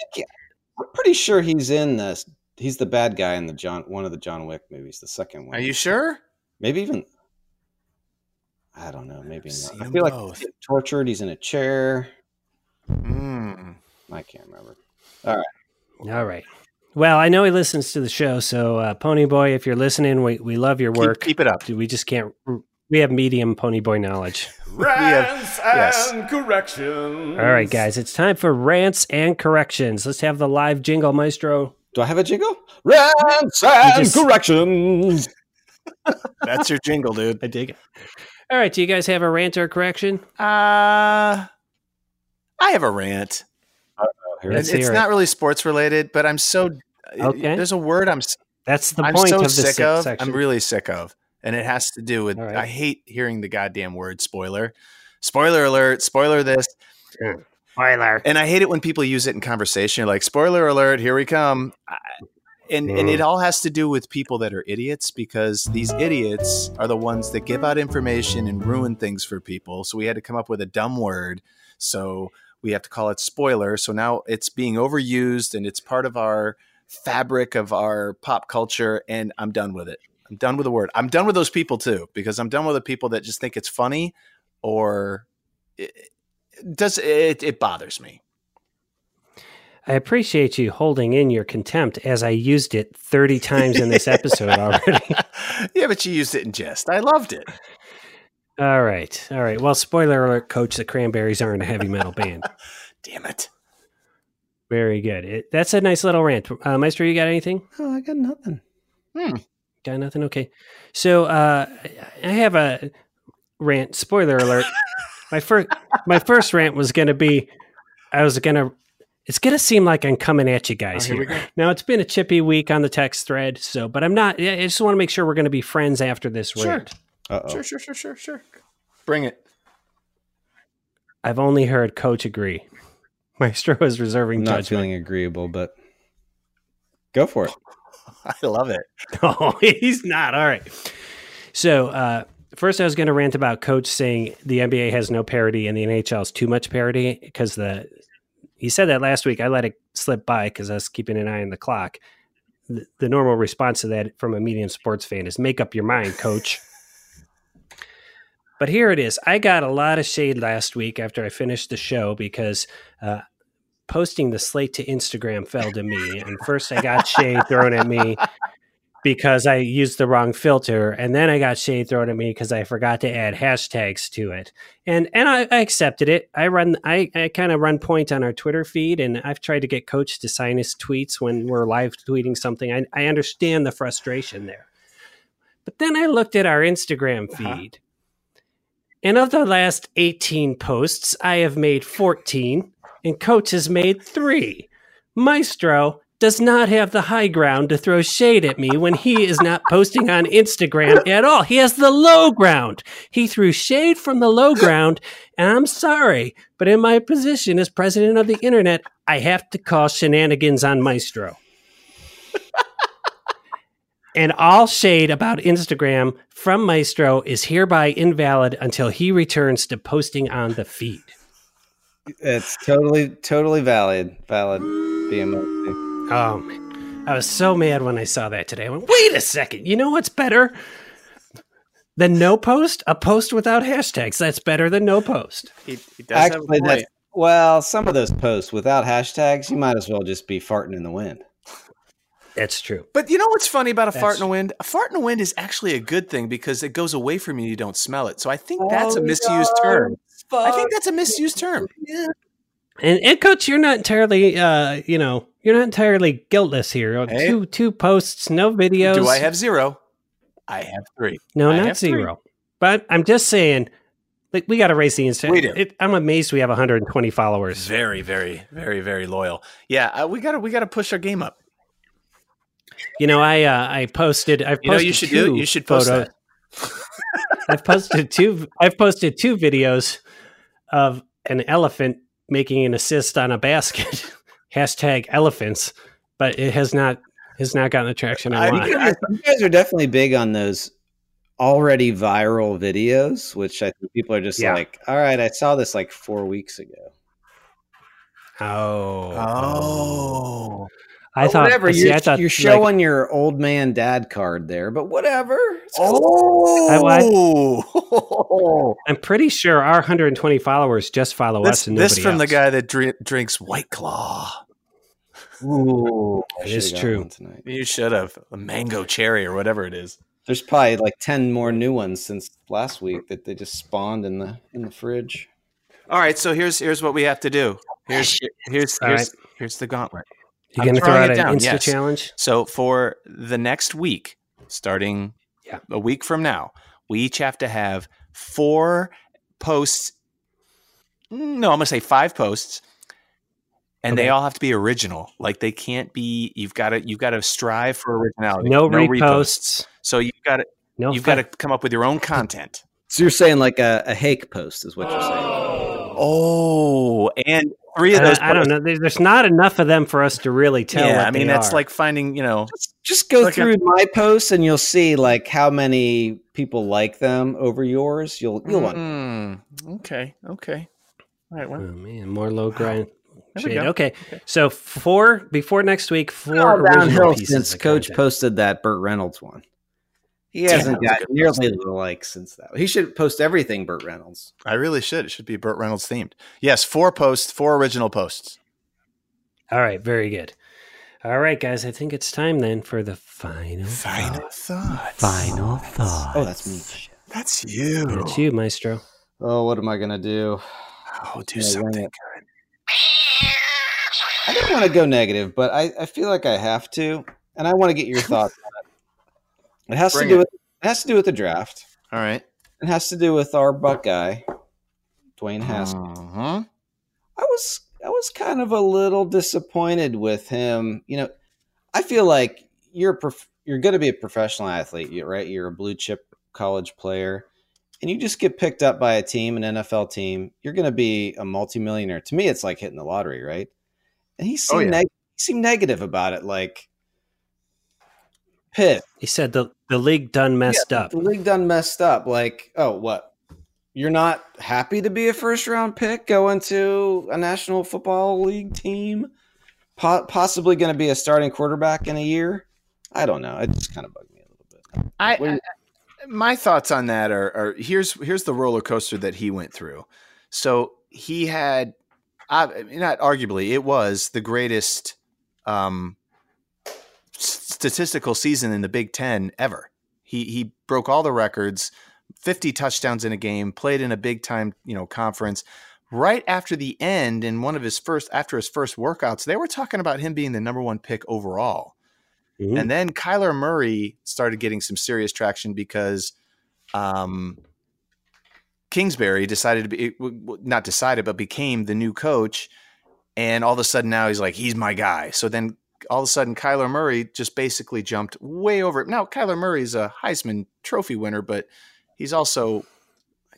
[SPEAKER 4] I'm pretty sure he's in this. He's the bad guy in the John one of the John Wick movies, the second one.
[SPEAKER 2] Are you sure?
[SPEAKER 4] Maybe even I don't know, maybe
[SPEAKER 2] seen
[SPEAKER 4] not. I
[SPEAKER 2] them
[SPEAKER 4] feel like
[SPEAKER 2] both.
[SPEAKER 4] he's tortured, he's in a chair.
[SPEAKER 2] Mm.
[SPEAKER 4] I can't remember.
[SPEAKER 1] all right well i know he listens to the show so uh, pony boy if you're listening we, we love your
[SPEAKER 2] Keep-
[SPEAKER 1] work
[SPEAKER 2] Keep, it up.
[SPEAKER 1] we just can't we have medium pony boy knowledge
[SPEAKER 2] Rants yes.
[SPEAKER 3] and corrections.
[SPEAKER 1] all right guys it's time for rants and corrections let's have the live jingle maestro
[SPEAKER 4] Do I have a jingle? Rants and
[SPEAKER 1] just-
[SPEAKER 4] corrections.
[SPEAKER 2] That's your jingle, dude.
[SPEAKER 1] i dig it all right do you guys have a rant or correction
[SPEAKER 2] Uh, I have a rant.
[SPEAKER 4] Oh, here it
[SPEAKER 1] Let's
[SPEAKER 2] It's,
[SPEAKER 4] is.
[SPEAKER 2] it's
[SPEAKER 1] hear it.
[SPEAKER 2] not really sports related, but I'm so.
[SPEAKER 1] Okay.
[SPEAKER 2] There's a word I'm s-
[SPEAKER 1] That's the
[SPEAKER 2] I'm
[SPEAKER 1] point
[SPEAKER 2] so
[SPEAKER 1] of the
[SPEAKER 2] sick
[SPEAKER 1] se-
[SPEAKER 2] of.
[SPEAKER 1] section.
[SPEAKER 2] I'm really sick of, and it has to do with.
[SPEAKER 1] All right.
[SPEAKER 2] I hate hearing the goddamn word spoiler. Spoiler alert! Spoiler this,
[SPEAKER 1] Spoiler.
[SPEAKER 2] and I hate it when people use it in conversation. You're like, spoiler alert! Here we come. I, and, and
[SPEAKER 1] Mm.
[SPEAKER 2] it all has to do with people that are idiots because these idiots are the ones that give out information and ruin things for people. So we had to come up with a dumb word. So we have to call it spoiler. So now it's being overused and it's part of our fabric of our pop culture. And I'm done with it. I'm done with the word. I'm done with those people too because I'm done with the people that just think it's funny or it, it does it, it bothers me.
[SPEAKER 1] I appreciate you holding in your contempt as I used it 30 times in this episode already.
[SPEAKER 2] yeah, but you used it in jest. I loved it.
[SPEAKER 1] All right. All right. Well, spoiler alert, coach, the Cranberries aren't a heavy metal band.
[SPEAKER 2] Damn it.
[SPEAKER 1] Very good. It, that's a nice little rant. Uh, Maestro, you got anything?
[SPEAKER 4] Oh, I got nothing.
[SPEAKER 2] Hmm.
[SPEAKER 1] Got nothing? Okay. So uh, I have a rant. Spoiler alert. my first my first rant was going to be I was going to it's going to seem like I'm coming at you guys
[SPEAKER 2] Oh, here we go.
[SPEAKER 1] Now it's been a chippy week on the text thread, so but I'm not. I just want to make sure we're going to be friends after this
[SPEAKER 2] Sure.
[SPEAKER 1] rant.
[SPEAKER 4] Uh-oh.
[SPEAKER 2] Sure, sure, sure, sure, sure. Bring it.
[SPEAKER 1] I've only heard coach agree. Maestro is
[SPEAKER 4] I'm
[SPEAKER 1] reserving
[SPEAKER 4] not
[SPEAKER 1] judgment.
[SPEAKER 4] feeling agreeable, but go for it.
[SPEAKER 2] I love it.
[SPEAKER 1] No, Oh, he's not. All right. So, uh, first, I was going to rant about Coach saying the NBA has no parity and the NHL is too much parity because the he said that last week. I let it slip by because I was keeping an eye on the clock. The, the normal response to that from a medium sports fan is "Make up your mind, Coach." but here it is. I got a lot of shade last week after I finished the show because. Uh, Posting the slate to Instagram fell to me, and first I got shade thrown at me, because I used the wrong filter, and then I got shade thrown at me because I forgot to add hashtags to it. And and I, I accepted it. I run I, I kind of run point on our Twitter feed, and I've tried to get Coach to sign his tweets when we're live tweeting something. I, I understand the frustration there, but then I looked at our Instagram
[SPEAKER 2] Uh-huh.
[SPEAKER 1] feed, and of the last eighteen posts, I have made fourteen, and Coach has made three. Maestro does not have the high ground to throw shade at me when he is not posting on Instagram at all. He has the low ground. He threw shade from the low ground, and I'm sorry, but in my position as president of the internet, I have to call shenanigans on Maestro. and all shade about Instagram from Maestro is hereby invalid until he returns to posting on the feed.
[SPEAKER 4] It's totally, totally valid. Valid BMO.
[SPEAKER 1] Oh, man. I was so mad when I saw that today. I went, wait a second. You know what's better than no post? A post without hashtags. That's better than no post.
[SPEAKER 2] He, he does have a
[SPEAKER 4] Actually,
[SPEAKER 2] point.
[SPEAKER 4] that's, well, some of those posts without hashtags, you might as well just be farting in the wind.
[SPEAKER 1] That's true.
[SPEAKER 2] But you know what's funny about a fart
[SPEAKER 1] That's-
[SPEAKER 2] in a wind? A fart in a wind is actually a good thing because it goes away from you. You don't smell it. So I think that's a
[SPEAKER 4] Oh,
[SPEAKER 2] misused term. I think that's a misused term.
[SPEAKER 1] And, and coach, you're not entirely, uh, you know, you're not entirely guiltless here. Oh,
[SPEAKER 2] Hey.
[SPEAKER 1] Two two posts, no videos.
[SPEAKER 2] Do I have zero? I have three.
[SPEAKER 1] no,
[SPEAKER 2] I
[SPEAKER 1] not
[SPEAKER 2] have three.
[SPEAKER 1] zero. But I'm just saying, like we got to raise the Instagram.
[SPEAKER 2] We do.
[SPEAKER 1] It, I'm amazed we have 120 followers.
[SPEAKER 2] Very, very, very, very loyal. Yeah, uh, we gotta we gotta push our game up.
[SPEAKER 1] You know, I uh, I posted. I've posted
[SPEAKER 2] You know, you should do.
[SPEAKER 1] two
[SPEAKER 2] You should post
[SPEAKER 1] photos.
[SPEAKER 2] that.
[SPEAKER 1] I've posted two. I've posted two videos of an elephant making an assist on a basket. Hashtag elephants, but it has not has not gotten the traction I
[SPEAKER 2] I-
[SPEAKER 1] want.
[SPEAKER 4] You guys, you guys are definitely big on those already viral videos, which I think people are just
[SPEAKER 1] Yeah.
[SPEAKER 4] like, all right, I saw this like four weeks ago.
[SPEAKER 1] Oh,
[SPEAKER 2] Oh,
[SPEAKER 1] I
[SPEAKER 4] But
[SPEAKER 1] thought.
[SPEAKER 4] whatever.
[SPEAKER 1] see,
[SPEAKER 4] you're,
[SPEAKER 1] I thought
[SPEAKER 4] you're
[SPEAKER 1] like,
[SPEAKER 4] showing your old man dad card there, but whatever. It's cool.
[SPEAKER 1] I- I-
[SPEAKER 2] oh.
[SPEAKER 1] I'm pretty sure our 120 followers just follow
[SPEAKER 2] This,
[SPEAKER 1] us and nobody
[SPEAKER 2] this from the
[SPEAKER 1] else.
[SPEAKER 2] guy that dri- drinks White Claw.
[SPEAKER 4] Ooh, I
[SPEAKER 1] It
[SPEAKER 4] should've
[SPEAKER 1] is
[SPEAKER 4] got
[SPEAKER 1] true.
[SPEAKER 4] one Tonight.
[SPEAKER 2] You should have a mango cherry or whatever it is.
[SPEAKER 4] There's probably like ten more new ones since last week that they just spawned in the in the fridge.
[SPEAKER 2] All right, so here's here's what we have to do. Here's here's
[SPEAKER 1] All
[SPEAKER 2] here's, here's the gauntlet.
[SPEAKER 1] You
[SPEAKER 2] I'm
[SPEAKER 1] going to throw
[SPEAKER 2] throwing
[SPEAKER 1] out
[SPEAKER 2] it
[SPEAKER 1] an
[SPEAKER 2] down,
[SPEAKER 1] Insta
[SPEAKER 2] yes.
[SPEAKER 1] challenge?
[SPEAKER 2] So for the next week, starting
[SPEAKER 1] Yeah.
[SPEAKER 2] a week from now, we each have to have four posts. No, I'm gonna say five posts, and
[SPEAKER 1] Okay.
[SPEAKER 2] they all have to be original. Like they can't be. You've got to you've got to strive for originality.
[SPEAKER 1] No, reposts.
[SPEAKER 2] So you've got to
[SPEAKER 1] No,
[SPEAKER 2] you've
[SPEAKER 1] fu-
[SPEAKER 2] got to come up with your own content.
[SPEAKER 4] So you're saying like a, a hake post is what you're
[SPEAKER 2] Uh,
[SPEAKER 4] saying.
[SPEAKER 2] Oh, and three
[SPEAKER 1] I
[SPEAKER 2] of those.
[SPEAKER 1] don't, I don't know. There- There's not enough of them for us to really tell.
[SPEAKER 2] Yeah,
[SPEAKER 1] what
[SPEAKER 2] I mean
[SPEAKER 1] they
[SPEAKER 2] that's
[SPEAKER 1] are.
[SPEAKER 2] like finding you know
[SPEAKER 4] Just go
[SPEAKER 2] Like a-
[SPEAKER 4] through my posts and you'll see like how many people like them over yours. You'll you'll want
[SPEAKER 2] Mm, okay, okay. All right,
[SPEAKER 1] Oh
[SPEAKER 2] well,
[SPEAKER 1] man, more low grind.
[SPEAKER 2] There we
[SPEAKER 1] Shade.
[SPEAKER 2] go.
[SPEAKER 1] Okay.
[SPEAKER 2] Okay.
[SPEAKER 1] so four before next week, four
[SPEAKER 4] all
[SPEAKER 1] original
[SPEAKER 4] downhill
[SPEAKER 1] pieces
[SPEAKER 4] since
[SPEAKER 1] of
[SPEAKER 4] Coach
[SPEAKER 1] content.
[SPEAKER 4] posted that Burt Reynolds one. He
[SPEAKER 2] Yeah,
[SPEAKER 4] hasn't
[SPEAKER 2] that was a
[SPEAKER 4] got
[SPEAKER 2] good
[SPEAKER 4] nearly the likes since that. He should post everything Burt Reynolds.
[SPEAKER 2] I really should. It should be Burt Reynolds themed. Yes, four posts, four original posts.
[SPEAKER 1] All right, very good. All right, guys, I think it's time then for the final
[SPEAKER 2] Final thoughts.
[SPEAKER 1] final thought.
[SPEAKER 4] Oh, that's me.
[SPEAKER 2] That's you.
[SPEAKER 1] It's you, Maestro.
[SPEAKER 4] Oh, what am I gonna do?
[SPEAKER 2] Oh, do
[SPEAKER 4] Yeah, why
[SPEAKER 2] something
[SPEAKER 4] not?
[SPEAKER 2] good.
[SPEAKER 4] I don't want to go negative, but I, I feel like I have to, and I want to get your thoughts on it. It has
[SPEAKER 2] Bring
[SPEAKER 4] to do
[SPEAKER 2] it.
[SPEAKER 4] with it has to do with the draft.
[SPEAKER 2] All right.
[SPEAKER 4] It has to do with our Buckeye, Dwayne Haskins.
[SPEAKER 2] Uh-huh.
[SPEAKER 4] I was I was kind of a little disappointed with him. You know, I feel like you're a prof- you're going to be a professional athlete, you- right? You're a blue chip college player, and you just get picked up by a team, an NFL team, you're going to be a multimillionaire. To me, it's like hitting the lottery, right? And he seemed,
[SPEAKER 2] yeah.
[SPEAKER 4] neg- he seemed negative about it, like pissed.
[SPEAKER 1] He said the the league done messed up.
[SPEAKER 4] The league done messed up. Like, oh, what? You're not happy to be a first round pick going to a National Football League team, po- possibly going to be a starting quarterback in a year. I don't know. It just kind of bugged me a little bit.
[SPEAKER 2] I,
[SPEAKER 4] What do you-
[SPEAKER 2] I- my thoughts on that are, are here's here's the roller coaster that he went through. So he had, I, not arguably, it was the greatest um, s- statistical season in the Big Ten ever. He he broke all the records, fifty touchdowns in a game, played in a big time you know conference. Right after the end, in one of his first after his first workouts, they were talking about him being the number one pick overall.
[SPEAKER 1] Mhm.
[SPEAKER 2] And then Kyler Murray started getting some serious traction because um, Kingsbury decided to be it w- w- not decided, but became the new coach. And all of a sudden now he's like, he's my guy. So then all of a sudden Kyler Murray just basically jumped way over. Now Kyler Murray is a Heisman Trophy winner, but he's also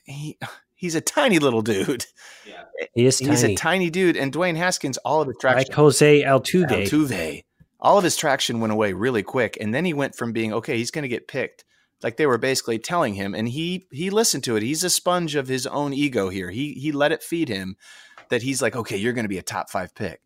[SPEAKER 2] he he's a tiny little dude.
[SPEAKER 1] he is
[SPEAKER 2] He's a
[SPEAKER 1] tiny,
[SPEAKER 2] tiny dude, and Dwayne Haskins all of the traction
[SPEAKER 1] like Jose Altuve.
[SPEAKER 2] Altuve. All of his traction went away really quick, and then he went from being okay, he's going to get picked, like they were basically telling him, and he he listened to it. He's a sponge of his own ego here. He he let it feed him that he's like, okay, you're going to be a top five pick.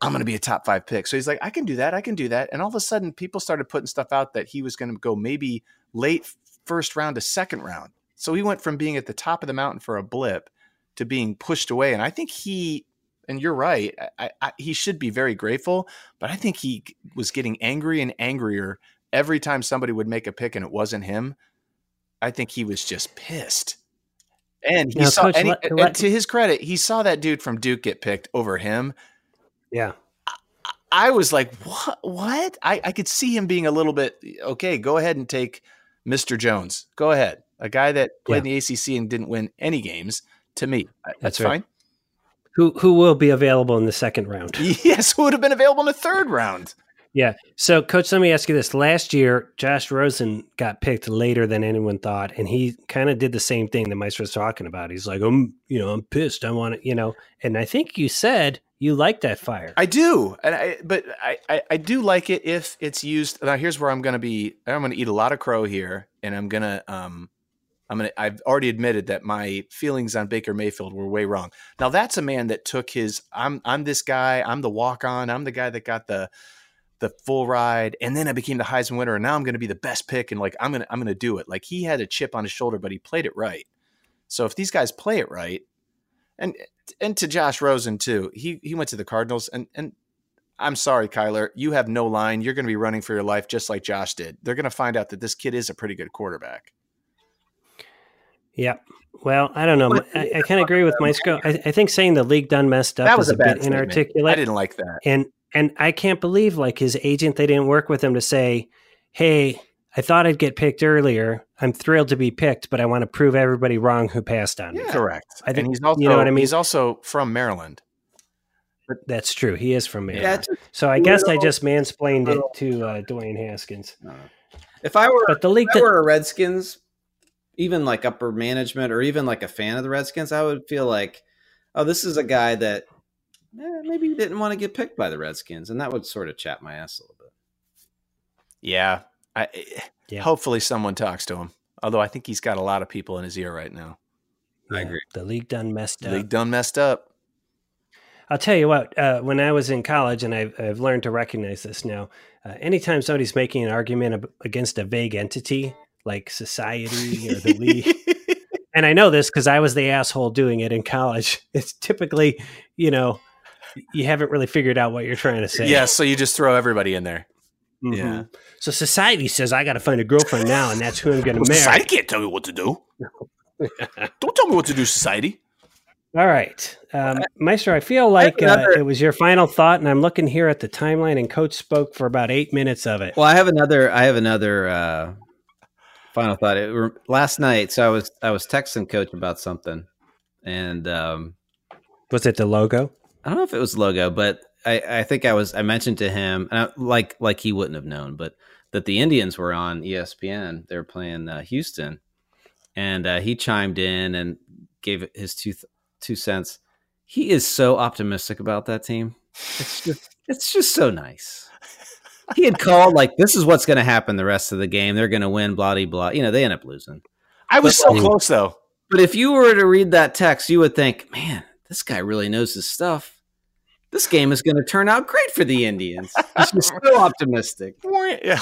[SPEAKER 2] I'm going to be a top five pick. So he's like, I can do that. I can do that. And all of a sudden, people started putting stuff out that he was going to go maybe late first round to second round. So he went from being at the top of the mountain for a blip to being pushed away. And I think he, and you're right, I, I, he should be very grateful, but I think he was getting angry and angrier every time somebody would make a pick and it wasn't him. I think he was just pissed. And he
[SPEAKER 1] Now,
[SPEAKER 2] saw,
[SPEAKER 1] Coach,
[SPEAKER 2] and he-
[SPEAKER 1] let- let-
[SPEAKER 2] and to his credit, he saw that dude from Duke get picked over him.
[SPEAKER 1] Yeah.
[SPEAKER 2] I was like, what? What? I, I could see him being a little bit okay. Go ahead and take Mr. Jones. Go ahead, a guy that played in the ACC and didn't win any games. To me,
[SPEAKER 1] That's
[SPEAKER 2] that's
[SPEAKER 1] right.
[SPEAKER 2] fine.
[SPEAKER 1] Who who will be available in the second round?
[SPEAKER 2] Yes, who would have been available in the third round?
[SPEAKER 1] Yeah. So, coach, let me ask you this. Last year, Josh Rosen got picked later than anyone thought, and he kind of did the same thing that Meister's talking about. He's like, I'm, you know, I'm pissed. I want to, you know. And I think you said you like that fire.
[SPEAKER 2] I do, and I but I, I I do like it if it's used. Now here's where I'm going to be. I'm going to eat a lot of crow here, and I'm gonna um, I'm gonna. I've already admitted that my feelings on Baker Mayfield were way wrong. Now that's a man that took his. I'm I'm this guy. I'm the walk on. I'm the guy that got the the full ride, and then I became the Heisman winner, and now I'm going to be the best pick, and like I'm gonna I'm gonna do it. Like he had a chip on his shoulder, but he played it right. So if these guys play it right, and and to Josh Rosen too. He he went to the Cardinals and and I'm sorry, Kyler, you have no line. You're going to be running for your life just like Josh did. They're going to find out that this kid is a pretty good quarterback.
[SPEAKER 1] Yep. Well, I don't know. I, I kind of agree with Maestro. I, I think saying the league done messed up
[SPEAKER 2] that was
[SPEAKER 1] is
[SPEAKER 2] a bad
[SPEAKER 1] bit
[SPEAKER 2] statement.
[SPEAKER 1] inarticulate.
[SPEAKER 2] I didn't like that.
[SPEAKER 1] and and I can't believe like his agent they didn't work with him to say, "Hey, I thought I'd get picked earlier. I'm thrilled to be picked, but I want to prove everybody wrong who passed on me."
[SPEAKER 4] Yeah.
[SPEAKER 2] Correct.
[SPEAKER 1] I think-
[SPEAKER 2] and he's also
[SPEAKER 1] you know what I mean?
[SPEAKER 2] he's also from Maryland.
[SPEAKER 1] That's true. He is from Maryland.
[SPEAKER 4] That's-
[SPEAKER 1] So I guess I just mansplained it to uh, Dwayne Haskins.
[SPEAKER 4] I don't know. if I were
[SPEAKER 1] But the league
[SPEAKER 4] if I were a Redskins, even like upper management or even like a fan of the Redskins, I would feel like, oh, this is a guy that eh, maybe didn't want to get picked by the Redskins, and that would sort of chap my ass a little bit.
[SPEAKER 2] Yeah. I,
[SPEAKER 1] Yeah.
[SPEAKER 2] Hopefully, someone talks to him. Although I think he's got a lot of people in his ear right now.
[SPEAKER 4] I
[SPEAKER 1] Yeah,
[SPEAKER 4] agree.
[SPEAKER 1] The league done messed up.
[SPEAKER 2] They done messed up.
[SPEAKER 1] I'll tell you what, uh, when I was in college, and I've, I've learned to recognize this now, uh, anytime somebody's making an argument ab- against a vague entity like society or the league, and I know this because I was the asshole doing it in college, it's typically, you know, you haven't really figured out what you're trying to say.
[SPEAKER 2] yeah. So you just throw everybody in there.
[SPEAKER 1] Mhm.
[SPEAKER 2] yeah.
[SPEAKER 1] So society says I got to find a girlfriend now, and that's who I'm going to marry.
[SPEAKER 2] Society can't tell me what to do. Don't tell me what to do, society.
[SPEAKER 1] All right, um, Maestro. I feel like
[SPEAKER 4] another-
[SPEAKER 1] uh, it was your final thought, and I'm looking here at the timeline, and Coach spoke for about eight minutes of it.
[SPEAKER 4] Well, I have another. I have another uh, final thought. It, re- last night, so I was I was texting coach about something, and um,
[SPEAKER 1] Was it the logo?
[SPEAKER 4] I don't know if it was logo, but I, I think I was I mentioned to him and I, like like he wouldn't have known, but that the Indians were on E ESPN. They were playing uh, Houston, and uh, he chimed in and gave his two two cents. He is so optimistic about that team. It's just, it's just so nice. He had called like, "This is what's going to happen the rest of the game. They're going to win." Blah de blah. You know, they end up losing.
[SPEAKER 2] I was so
[SPEAKER 4] But-
[SPEAKER 2] close though.
[SPEAKER 4] But if you were to read that text, you would think, "Man, this guy really knows his stuff. This game is going to turn out great for the Indians." He's just so optimistic.
[SPEAKER 2] Yeah.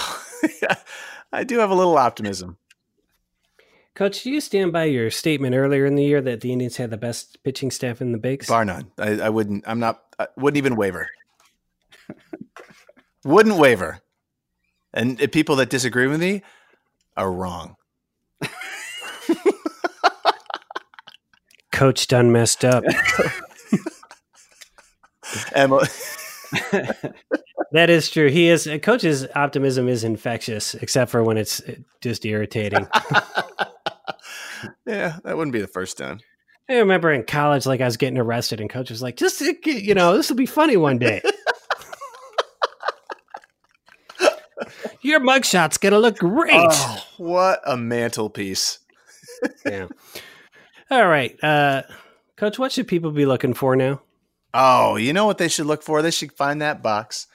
[SPEAKER 2] I do have a little optimism.
[SPEAKER 1] Coach, do you stand by your statement earlier in the year that the Indians had the best pitching staff in the bigs?
[SPEAKER 2] Bar none. I, I wouldn't. I'm not. I wouldn't even waver. wouldn't waver. And if people that disagree with me are wrong.
[SPEAKER 1] Coach done messed up.
[SPEAKER 2] Emma,
[SPEAKER 1] that is true. He is uh, coach's optimism is infectious, except for when it's uh, just irritating.
[SPEAKER 2] yeah, that wouldn't be the first time.
[SPEAKER 1] I remember in college, like I was getting arrested, and coach was like, "Just uh, g- you know, this will be funny one day." Your mugshot's gonna look great.
[SPEAKER 2] Oh, what a mantelpiece.
[SPEAKER 1] Yeah. All right, uh, coach. What should people be looking for now?
[SPEAKER 2] Oh, you know what they should look for? They should find that box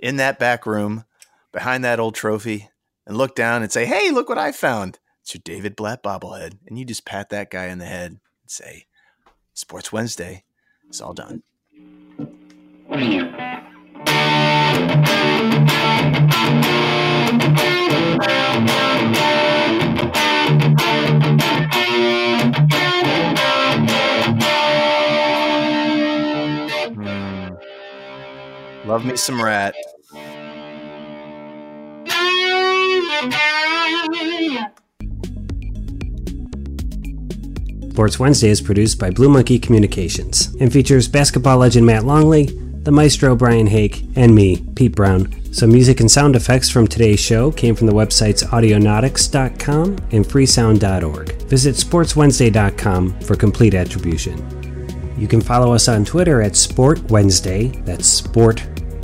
[SPEAKER 2] in that back room behind that old trophy and look down and say, Hey, look what I found. It's your David Blatt bobblehead. And you just pat that guy in the head and say, Sports Wednesday. It's all done. Love me some rat.
[SPEAKER 1] Sports Wednesday is produced by Blue Monkey Communications and features basketball legend Matt Longley, the maestro Brian Hake, and me, Pete Brown. Some music and sound effects from today's show came from the websites audionautics.com and freesound.org. Visit sportswednesday.com for complete attribution. You can follow us on Twitter at Sport Wednesday, that's sport